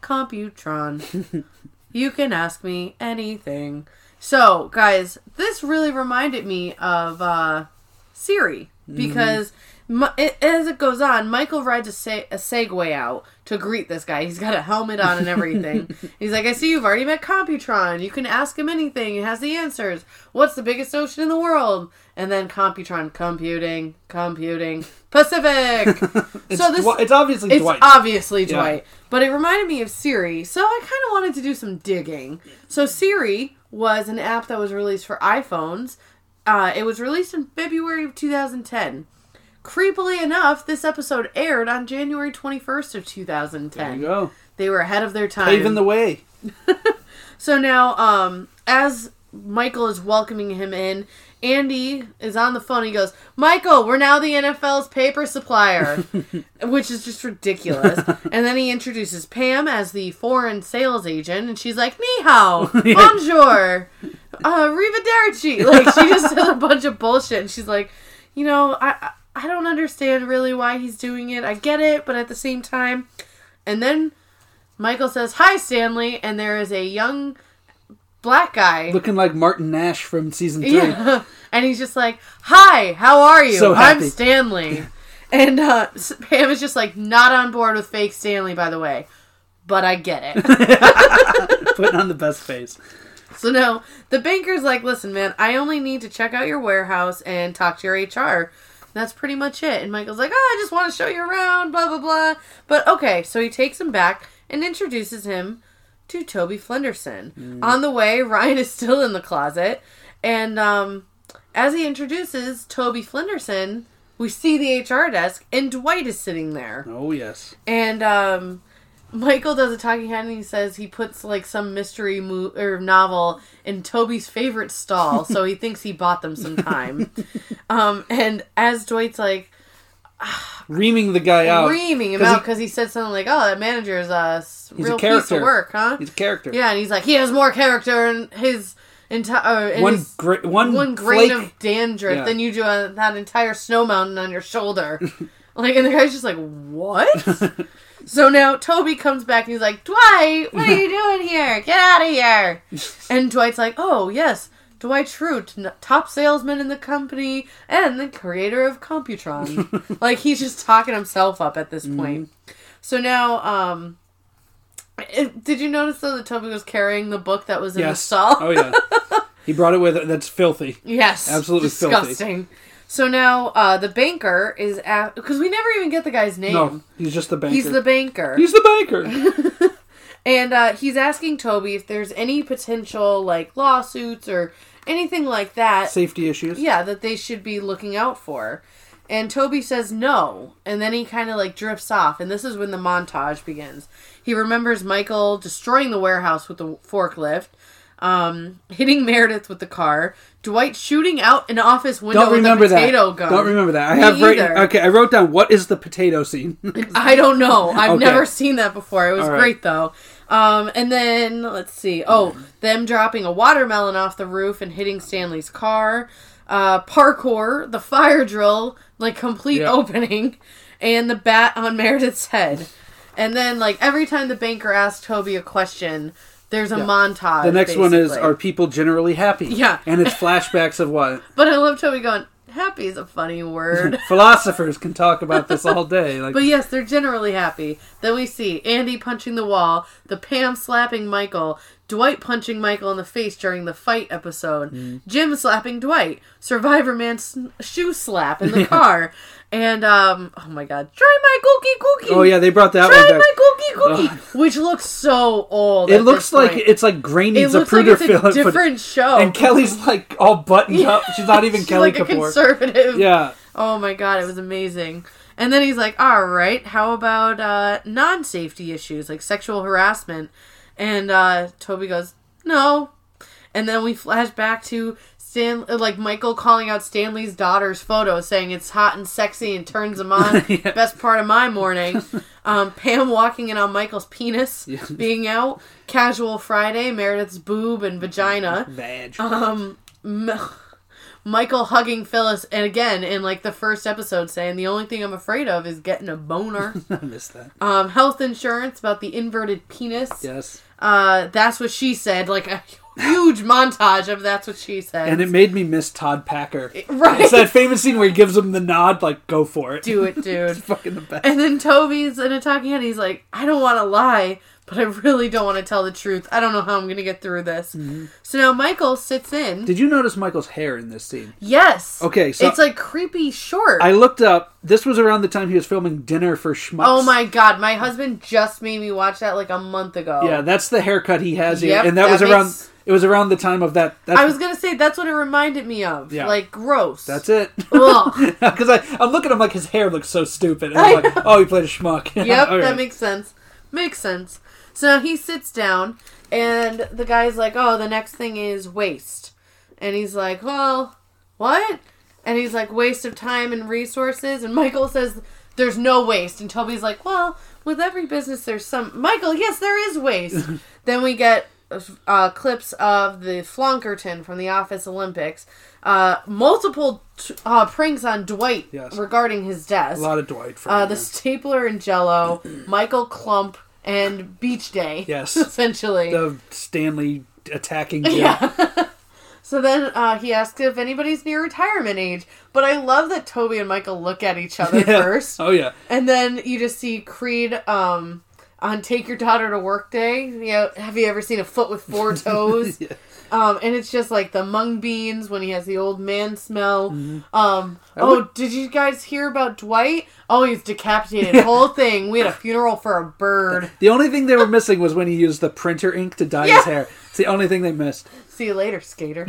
Speaker 2: Computron. you can ask me anything. So, guys, this really reminded me of uh, Siri because mi- it, as it goes on, Michael rides a, se- a Segway out to greet this guy. He's got a helmet on and everything. He's like, I see you've already met Computron. You can ask him anything. It has the answers. What's the biggest ocean in the world? And then Computron, computing, computing, Pacific.
Speaker 1: It's,
Speaker 2: so this
Speaker 1: Dwi- it's obviously
Speaker 2: it's
Speaker 1: Dwight.
Speaker 2: obviously
Speaker 1: Yeah.
Speaker 2: Dwight, but it reminded me of Siri, so I kind of wanted to do some digging. So Siri was an app that was released for iPhones. Uh, it was released in February of 2010. Creepily enough, this episode aired on January 21st of 2010.
Speaker 1: there you go.
Speaker 2: They were ahead of their time.
Speaker 1: Paving the way.
Speaker 2: So now, um, as Michael is welcoming him in, Andy is on the phone. He goes, Michael, we're now the NFL's
Speaker 1: [LAUGHS]
Speaker 2: paper supplier, which is just ridiculous. and then he introduces Pam as the foreign sales agent, and she's like, Ni hao, bonjour, uh, arrivederci. [LAUGHS] Like, she just says a bunch of bullshit, and she's like, you know, I, I I don't understand really why he's doing it. I get it, but at the same time, and then Michael says, Hi, Stanley. And there is a young black guy.
Speaker 1: Looking like Martin Nash from season three.
Speaker 2: yeah. [LAUGHS] And he's just like, Hi, how are you?
Speaker 1: So happy.
Speaker 2: I'm Stanley. and uh, S- Pam is just like, Not on board with fake Stanley, by the way. But I get it.
Speaker 1: [LAUGHS] Putting on the best face.
Speaker 2: so now the banker's like, Listen, man, I only need to check out your warehouse and talk to your HR. That's pretty much it. And Michael's like, Oh, I just want to show you around, blah, blah, blah. But okay, so he takes him back and introduces him to Toby Flenderson. On the way, [LAUGHS] Ryan is still in the closet, and um, as he introduces Toby Flenderson, we see the HR desk, and Dwight is sitting there.
Speaker 1: Oh, yes.
Speaker 2: And um, Michael does a talking head, and he says he puts like some mystery mo- or novel in Toby's
Speaker 1: [LAUGHS]
Speaker 2: favorite stall, so he thinks he bought them some time. um, and as Dwight's like
Speaker 1: Reaming the guy out.
Speaker 2: reaming him
Speaker 1: 'Cause
Speaker 2: out because he said something like, "Oh, that manager is a s-
Speaker 1: He's a
Speaker 2: real piece of
Speaker 1: character.
Speaker 2: work, huh?"
Speaker 1: He's a character.
Speaker 2: Yeah, and he's like, he has more character in his entire uh,
Speaker 1: One,
Speaker 2: his,
Speaker 1: gra- one,
Speaker 2: one grain
Speaker 1: flake.
Speaker 2: of dandruff
Speaker 1: Yeah.
Speaker 2: than you do on that entire snow mountain on your shoulder. [LAUGHS] like, and the guy's just
Speaker 1: [LAUGHS]
Speaker 2: like, what? so now Toby comes back and he's like, Dwight, what
Speaker 1: [LAUGHS]
Speaker 2: are you doing here? Get out of here! And Dwight's like, oh yes. Dwight Schrute, n- top salesman in the company and the creator
Speaker 1: [LAUGHS]
Speaker 2: of Computron. like he's just talking himself up at this
Speaker 1: Mm-hmm.
Speaker 2: point. So now, um, it- did you notice though that Toby was carrying the book that was in the
Speaker 1: Yes.
Speaker 2: stall?
Speaker 1: Oh,
Speaker 2: [LAUGHS]
Speaker 1: yeah. he brought it with him. That's filthy.
Speaker 2: Yes.
Speaker 1: Absolutely filthy.
Speaker 2: disgusting. So now uh, the banker is at because we never even get the guy's name.
Speaker 1: No, he's just the banker.
Speaker 2: He's the banker.
Speaker 1: He's the
Speaker 2: [LAUGHS]
Speaker 1: banker.
Speaker 2: and uh, he's asking Toby if there's any potential like lawsuits or anything like that.
Speaker 1: Safety issues.
Speaker 2: Yeah, that they should be looking out for. And Toby says no, and then he kind of like drifts off, and this is when the montage begins. He remembers Michael destroying the warehouse with the forklift, um, [LAUGHS] hitting Meredith with the car, Dwight shooting out an office window
Speaker 1: Don't
Speaker 2: with
Speaker 1: remember
Speaker 2: a potato
Speaker 1: that.
Speaker 2: gun.
Speaker 1: Don't remember that. I
Speaker 2: Me
Speaker 1: have
Speaker 2: either.
Speaker 1: right. Okay, I wrote down what is the potato scene. [LAUGHS]
Speaker 2: I don't know. I've
Speaker 1: Okay.
Speaker 2: never seen that before. It was
Speaker 1: All right.
Speaker 2: great though. Um, and then let's see. Oh, them dropping a watermelon off the roof and hitting Stanley's car. Uh, parkour, the fire drill, like complete
Speaker 1: Yeah.
Speaker 2: opening, and the bat on Meredith's head. And then like every time the banker asks Toby a question, there's a montage.
Speaker 1: The next one is
Speaker 2: basically.
Speaker 1: Are people generally happy?
Speaker 2: Yeah.
Speaker 1: And it's flashbacks of
Speaker 2: [LAUGHS]
Speaker 1: what?
Speaker 2: But I love Toby going. Happy is a funny word.
Speaker 1: Philosophers can talk about this all
Speaker 2: [LAUGHS]
Speaker 1: day. Like
Speaker 2: But yes, they're generally happy. Then we see Andy punching the wall, the Pam slapping Michael, Dwight punching Michael in the face during the fight episode,
Speaker 1: Mm.
Speaker 2: Jim slapping Dwight, Survivor Man s- shoe
Speaker 1: [LAUGHS]
Speaker 2: slap in the car, and um, oh my god, try my cookie cookie.
Speaker 1: Oh yeah, they brought that
Speaker 2: try
Speaker 1: one back.
Speaker 2: my cookie cookie, which looks so old.
Speaker 1: It
Speaker 2: at
Speaker 1: looks
Speaker 2: this
Speaker 1: like
Speaker 2: point.
Speaker 1: it's like grainy
Speaker 2: it looks like
Speaker 1: Zapruder
Speaker 2: it's
Speaker 1: film.
Speaker 2: a
Speaker 1: but-
Speaker 2: different show. [LAUGHS]
Speaker 1: and Kelly's like all buttoned up. She's not even
Speaker 2: She's
Speaker 1: Kelly
Speaker 2: like a
Speaker 1: Kapoor.
Speaker 2: conservative.
Speaker 1: yeah.
Speaker 2: Oh my god, it was amazing. And then he's like, "All right, how about uh, non-safety issues like sexual harassment?" And uh, Toby goes, "No." And then we flash back to Stan, uh, like Michael calling out Stanley's daughter's photo, saying it's hot and sexy, and turns him on.
Speaker 1: Yeah.
Speaker 2: Best part of my morning. um, Pam walking in on Michael's penis being out. Casual Friday, Meredith's boob and vagina.
Speaker 1: Vag.
Speaker 2: Um, M- [LAUGHS] Michael hugging Phyllis, and again in like the first episode, saying the only thing I'm afraid of is getting
Speaker 1: [LAUGHS]
Speaker 2: a boner.
Speaker 1: [LAUGHS] I missed that.
Speaker 2: um, health insurance about the inverted penis.
Speaker 1: Yes.
Speaker 2: Uh, that's what she said. Like a huge montage of that's what she said.
Speaker 1: And it made me miss Todd Packer.
Speaker 2: right,
Speaker 1: It's that famous scene where he gives him the nod, like, go for it.
Speaker 2: [LAUGHS] do it, dude.
Speaker 1: [LAUGHS] Fucking the best.
Speaker 2: And then Toby's in a talking head. He's like, I don't want to lie, but I really don't want to tell the truth. I don't know how I'm going to get through this. So now Michael sits in.
Speaker 1: Mm-hmm. Did you notice Michael's hair in this scene?
Speaker 2: yes.
Speaker 1: Okay, so-
Speaker 2: it's like creepy short.
Speaker 1: I looked up. This was around the time he was filming Dinner for Schmucks.
Speaker 2: Oh my god, my husband just made me watch that like a month ago.
Speaker 1: Yeah, that's the haircut he has here,
Speaker 2: Yep,
Speaker 1: and that,
Speaker 2: that
Speaker 1: was
Speaker 2: makes-
Speaker 1: around. It was around the time of that. That's,
Speaker 2: I was gonna say that's what it reminded me of.
Speaker 1: Yeah.
Speaker 2: Like gross.
Speaker 1: that's it. [LAUGHS]
Speaker 2: Ugh.
Speaker 1: Because I, I'm looking, I'm like, his hair looks so stupid. And I'm
Speaker 2: I
Speaker 1: like,
Speaker 2: [LAUGHS]
Speaker 1: oh, he played a schmuck. [LAUGHS]
Speaker 2: Yep,
Speaker 1: All
Speaker 2: that
Speaker 1: right.
Speaker 2: makes sense. Makes sense. So now he sits down and the guy's like, Oh, the next thing is waste. And he's like, Well, what? And he's like, waste of time and resources. And Michael says, There's no waste. And Toby's like, Well, with every business, there's some. Michael, yes, there is
Speaker 1: [LAUGHS]
Speaker 2: waste. then we get uh, clips of the Flonkerton from the Office Olympics, uh, multiple t- uh, pranks on Dwight
Speaker 1: Yes.
Speaker 2: regarding his desk.
Speaker 1: a lot of Dwight. From
Speaker 2: Uh,
Speaker 1: uh,
Speaker 2: the stapler and
Speaker 1: [CLEARS THROAT]
Speaker 2: jello, Michael Klump, and Beach Day.
Speaker 1: Yes.
Speaker 2: [LAUGHS] Essentially.
Speaker 1: the Stanley attacking. Jim.
Speaker 2: [LAUGHS] yeah. so then uh, he asks if anybody's near retirement age. But I love that Toby and Michael look at each
Speaker 1: [LAUGHS]
Speaker 2: other
Speaker 1: Yeah.
Speaker 2: first.
Speaker 1: Oh yeah.
Speaker 2: And then you just see Creed um, on Take Your Daughter to Work Day. You know, have you ever seen a foot with
Speaker 1: [LAUGHS]
Speaker 2: four toes?
Speaker 1: Yeah.
Speaker 2: Um, and it's just like the mung beans when he has the old man smell. Um,
Speaker 1: Mm-hmm. I
Speaker 2: oh,
Speaker 1: would-
Speaker 2: did you guys hear about Dwight? Oh, he's
Speaker 1: [LAUGHS]
Speaker 2: decapitated. Whole thing. We had a funeral for a bird.
Speaker 1: The only thing they were missing was when he used the printer ink to dye
Speaker 2: Yeah.
Speaker 1: his hair. It's the only thing they missed.
Speaker 2: See you later, skater.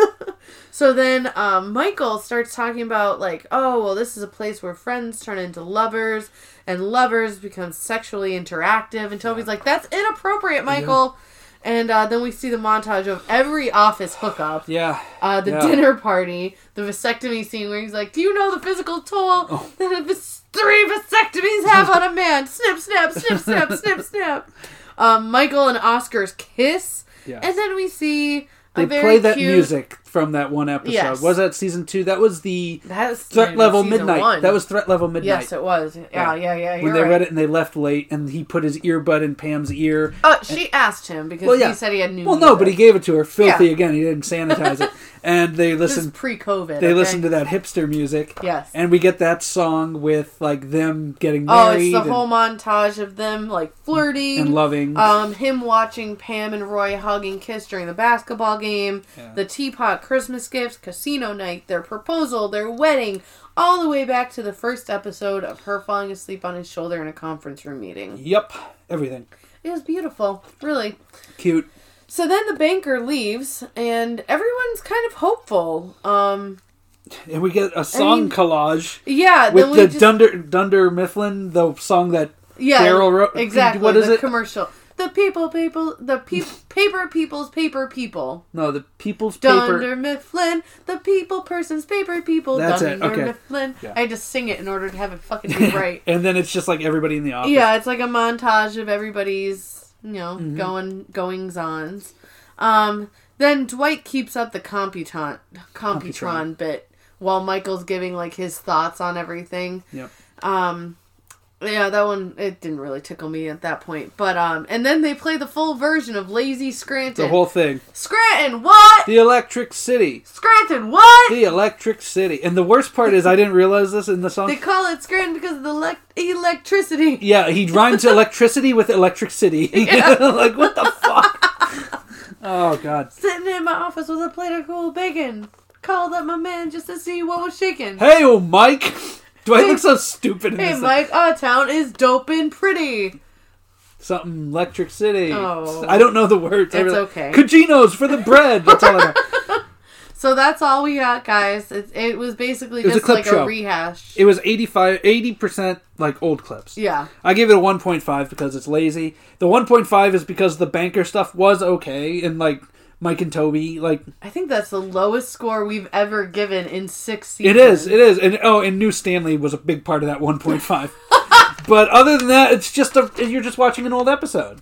Speaker 2: [LAUGHS] so then um, Michael starts talking about, like, oh, well, this is a place where friends turn into lovers and lovers become sexually interactive. And Toby's like, that's inappropriate, Michael. And uh, then we see the montage of every office hookup.
Speaker 1: Yeah.
Speaker 2: uh, the
Speaker 1: Yeah.
Speaker 2: dinner party, the vasectomy scene where he's like, "Do you know the physical toll
Speaker 1: Oh.
Speaker 2: that a vas- three vasectomies have on a man?" Snip, snap, snip,
Speaker 1: [LAUGHS]
Speaker 2: snap, snip, snap. Um, Michael and Oscar's kiss,
Speaker 1: Yeah.
Speaker 2: and then we see
Speaker 1: They
Speaker 2: a very
Speaker 1: play that
Speaker 2: cute,
Speaker 1: music from that one episode.
Speaker 2: Yes.
Speaker 1: Was that season two? That was the
Speaker 2: That's
Speaker 1: threat level
Speaker 2: season
Speaker 1: midnight.
Speaker 2: one.
Speaker 1: That was threat level midnight.
Speaker 2: yes, it was. Yeah, yeah,
Speaker 1: Yeah.
Speaker 2: yeah. you're
Speaker 1: when they
Speaker 2: right.
Speaker 1: read it and they left late, and he put his earbud in Pam's ear.
Speaker 2: Oh, she asked him because
Speaker 1: Well, yeah.
Speaker 2: he said he had new.
Speaker 1: Well, no, but he gave it to her filthy
Speaker 2: Yeah.
Speaker 1: again. He didn't sanitize
Speaker 2: [LAUGHS]
Speaker 1: it, and they
Speaker 2: this is
Speaker 1: listened.
Speaker 2: pre-COVID.
Speaker 1: They
Speaker 2: okay?
Speaker 1: listened to that hipster music.
Speaker 2: Yes.
Speaker 1: and we get that song with like them getting
Speaker 2: Oh,
Speaker 1: married
Speaker 2: it's the
Speaker 1: and,
Speaker 2: whole montage of them like flirting
Speaker 1: and loving.
Speaker 2: Um, him watching Pam and Roy hug and kiss during the basketball game,
Speaker 1: Yeah.
Speaker 2: the teapot Christmas gifts, casino night, their proposal, their wedding, all the way back to the first episode of her falling asleep on his shoulder in a conference room meeting.
Speaker 1: yep, everything
Speaker 2: It was beautiful, really.
Speaker 1: cute.
Speaker 2: So then the banker leaves, and everyone's kind of hopeful. Um,
Speaker 1: And we get a song
Speaker 2: mean,
Speaker 1: collage
Speaker 2: yeah,
Speaker 1: with
Speaker 2: then we
Speaker 1: the
Speaker 2: just,
Speaker 1: Dunder Dunder Mifflin, the song that
Speaker 2: yeah,
Speaker 1: Daryl wrote-
Speaker 2: exactly.
Speaker 1: what is
Speaker 2: the
Speaker 1: it?
Speaker 2: Commercial. The people, people, the peop paper people's paper people.
Speaker 1: no, the People's Paper.
Speaker 2: Dunder Mifflin, the people person's paper people.
Speaker 1: That's it,
Speaker 2: Dunder
Speaker 1: okay.
Speaker 2: Mifflin.
Speaker 1: Yeah.
Speaker 2: I had to sing it in order to have it fucking
Speaker 1: [LAUGHS]
Speaker 2: be right.
Speaker 1: And then it's just like everybody in the office.
Speaker 2: yeah, it's like a montage of everybody's, you know,
Speaker 1: Mm-hmm.
Speaker 2: going goings ons. Um, then Dwight keeps up the computant computron
Speaker 1: Computron.
Speaker 2: bit while Michael's giving like his thoughts on everything.
Speaker 1: Yep.
Speaker 2: Um, yeah, that one it didn't really tickle me at that point. But um, and then they play the full version of Lazy Scranton.
Speaker 1: The whole thing.
Speaker 2: Scranton what?
Speaker 1: The Electric City.
Speaker 2: Scranton what?
Speaker 1: The Electric City. And the worst part is I didn't realize this in the song. [LAUGHS]
Speaker 2: They call it Scranton because of the elec- electricity.
Speaker 1: [LAUGHS] yeah, he rhymes electricity with electric city. like what the fuck?
Speaker 2: [LAUGHS]
Speaker 1: Oh God.
Speaker 2: Sitting in my office with a plate of cool bacon. Called up my man just to see what was shaking. Hey,
Speaker 1: Hey, oh Mike. Do I look so stupid in this?
Speaker 2: Mike, our town is dope and pretty.
Speaker 1: Something Electric City.
Speaker 2: Oh.
Speaker 1: I don't know the words. I
Speaker 2: It's
Speaker 1: really-
Speaker 2: okay.
Speaker 1: Cugino's for the bread. That's all I
Speaker 2: [LAUGHS]
Speaker 1: know.
Speaker 2: So that's all we got, guys. It, it was basically
Speaker 1: It was a
Speaker 2: just
Speaker 1: clip
Speaker 2: like
Speaker 1: show.
Speaker 2: a rehash.
Speaker 1: It was 85, 80% like old clips.
Speaker 2: yeah.
Speaker 1: I gave it a 1.5 because it's lazy. The 1.5 is because the banker stuff was okay and like Mike and Toby like
Speaker 2: I think that's the lowest score we've ever given in six seasons.
Speaker 1: it is it is and oh and New Stanley was a big part of that
Speaker 2: [LAUGHS]
Speaker 1: 1.5. but other than that it's just a you're just watching an old episode.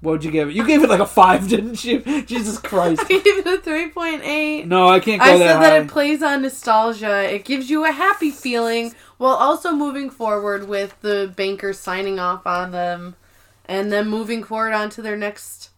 Speaker 1: What would you give it? You gave it like a 5 [LAUGHS] didn't you? Jesus Christ.
Speaker 2: [LAUGHS] I gave it a 3.8.
Speaker 1: No, I can't go that
Speaker 2: I said
Speaker 1: high.
Speaker 2: that it plays on nostalgia. It gives you a happy feeling while also moving forward with the bankers signing off on them and then moving forward onto their next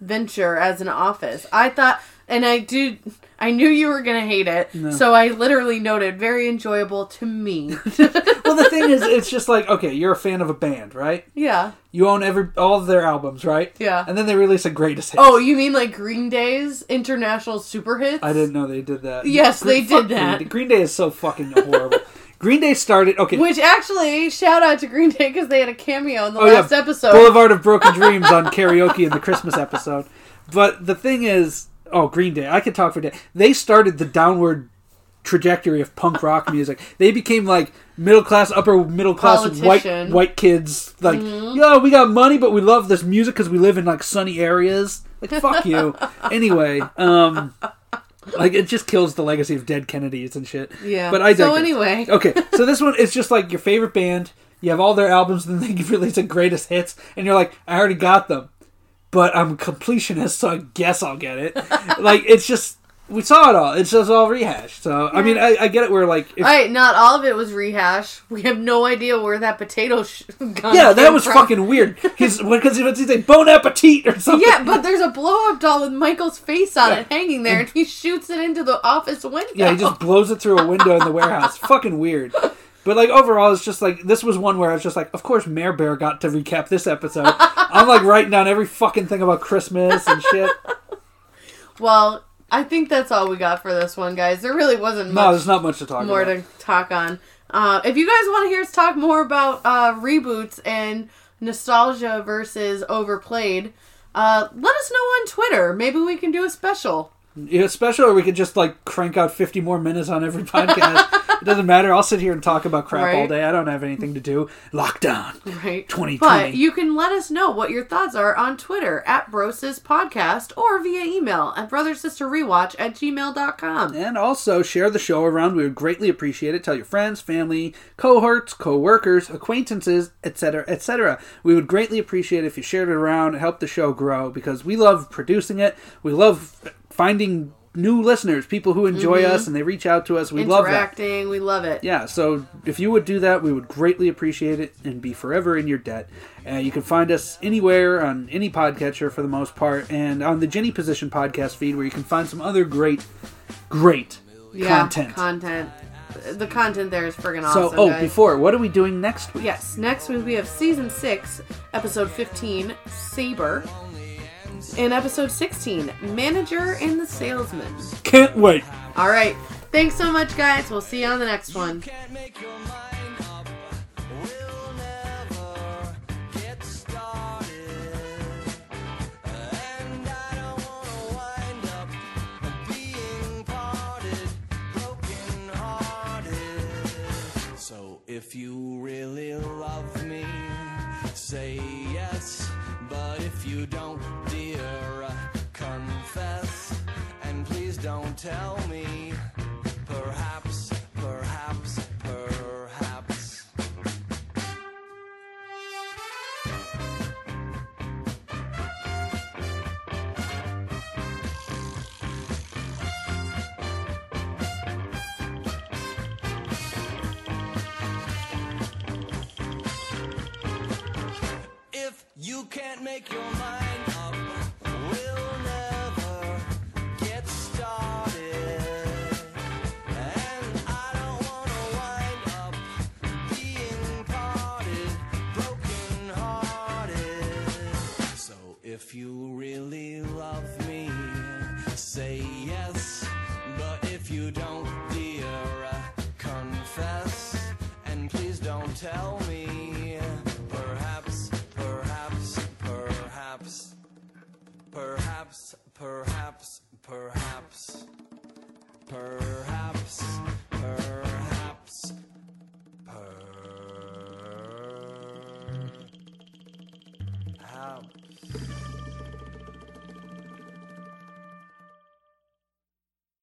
Speaker 2: venture as an office. I thought and I did I knew you were going to hate it. So I literally noted very enjoyable
Speaker 1: [LAUGHS]
Speaker 2: to me. [LAUGHS]
Speaker 1: well, the thing is it's just like okay, you're a fan of a band, right?
Speaker 2: yeah.
Speaker 1: You own every all of their albums, right?
Speaker 2: Yeah.
Speaker 1: And then they release a greatest hits.
Speaker 2: Oh, you mean like Green Day's international super hits?
Speaker 1: I didn't know they did that.
Speaker 2: Yes, they
Speaker 1: fuck
Speaker 2: did that.
Speaker 1: Green Day. Green Day is so fucking horrible. Green Day started okay.
Speaker 2: Which actually, shout out to Green Day because they had a cameo in the
Speaker 1: oh
Speaker 2: last
Speaker 1: yeah,
Speaker 2: episode.
Speaker 1: Boulevard of Broken
Speaker 2: [LAUGHS]
Speaker 1: Dreams on karaoke in the Christmas episode. But the thing is, oh Green Day, I could talk for day. They started the downward trajectory of punk rock music. They became like middle class, upper middle class white
Speaker 2: Politician. Mm-hmm.
Speaker 1: white kids. Like, yo, we got money, but we love this music because we live in like sunny areas. Like, fuck
Speaker 2: [LAUGHS]
Speaker 1: you. Anyway, um. Like it just kills the legacy of dead Kennedys and shit.
Speaker 2: Yeah.
Speaker 1: But I
Speaker 2: So
Speaker 1: digress.
Speaker 2: anyway.
Speaker 1: [LAUGHS] okay. So this one is just like your favorite band. You have all their albums, and then they [LAUGHS] release the greatest hits, and you're like, I already got them, but I'm a completionist, so I guess I'll get
Speaker 2: [LAUGHS]
Speaker 1: it. like it's just we saw it all. It's just all rehashed. So I mean, I, I get it. Where like, if,
Speaker 2: All right, not all of it was rehash. We have no idea where that potato sh- [LAUGHS] gun.
Speaker 1: yeah, that
Speaker 2: came
Speaker 1: was
Speaker 2: from.
Speaker 1: fucking
Speaker 2: [LAUGHS]
Speaker 1: weird. He's because he what's he say? Bon appetit or something.
Speaker 2: Yeah, but there's a blow up doll with Michael's face on it hanging there, and he shoots it into the office window.
Speaker 1: Yeah, he just blows it through a window in the warehouse. Fucking weird. But like overall, it's just like this was one where I was just like, of course, Mayor Bear got to recap this episode. I'm like writing down every fucking thing about Christmas and
Speaker 2: [LAUGHS]
Speaker 1: shit.
Speaker 2: [LAUGHS] Well, I think that's all we got for this one, guys. There really wasn't
Speaker 1: No,
Speaker 2: much
Speaker 1: there's not much to talk
Speaker 2: [LAUGHS] more
Speaker 1: about.
Speaker 2: to talk on. Uh, if you guys want to hear us talk more about uh, reboots and nostalgia versus overplayed, uh, let us know on Twitter. Maybe we can do a special.
Speaker 1: You know, especially we could just like crank out 50 more minutes on every [LAUGHS] podcast. it doesn't matter. I'll sit here and talk about crap all
Speaker 2: Right.
Speaker 1: day. I don't have anything to do.
Speaker 2: [LAUGHS]
Speaker 1: Lockdown.
Speaker 2: Right.
Speaker 1: 2020.
Speaker 2: But you can let us know what your thoughts are on Twitter at Brosis Podcast or via email at brothersisterrewatch at gmail.com.
Speaker 1: And also share the show around. We would greatly appreciate it. Tell your friends, family, cohorts, co-workers, acquaintances, etc., etc. We would greatly appreciate it if you shared it around and helped the show grow because we love producing it. We love finding new listeners, people who enjoy us and they reach out to us. We love that.
Speaker 2: Interacting. We love it.
Speaker 1: Yeah, so if you would do that, we would greatly appreciate it and be forever in your debt. Uh, you can find us anywhere on any podcatcher for the most part, and on the Jenny Position podcast feed where you can find some other great, great
Speaker 2: Yeah,
Speaker 1: content.
Speaker 2: Content. The content there is friggin'
Speaker 1: so,
Speaker 2: awesome.
Speaker 1: oh,
Speaker 2: guys.
Speaker 1: before, what are we doing next week?
Speaker 2: Yes, next week we have season 6, episode 15, Saber. And episode 16, Manager and the Salesman.
Speaker 1: Can't wait.
Speaker 2: All right. Thanks so much, guys. We'll see you on the next one.
Speaker 3: can't make your mind up. We'll never get started. And I don't wanna wind up being parted, broken hearted. So if you really love me, say yes. But if you don't, dear, uh, confess. And please don't tell me. Perhaps, perhaps, perhaps. If you can't make your mind up. uh,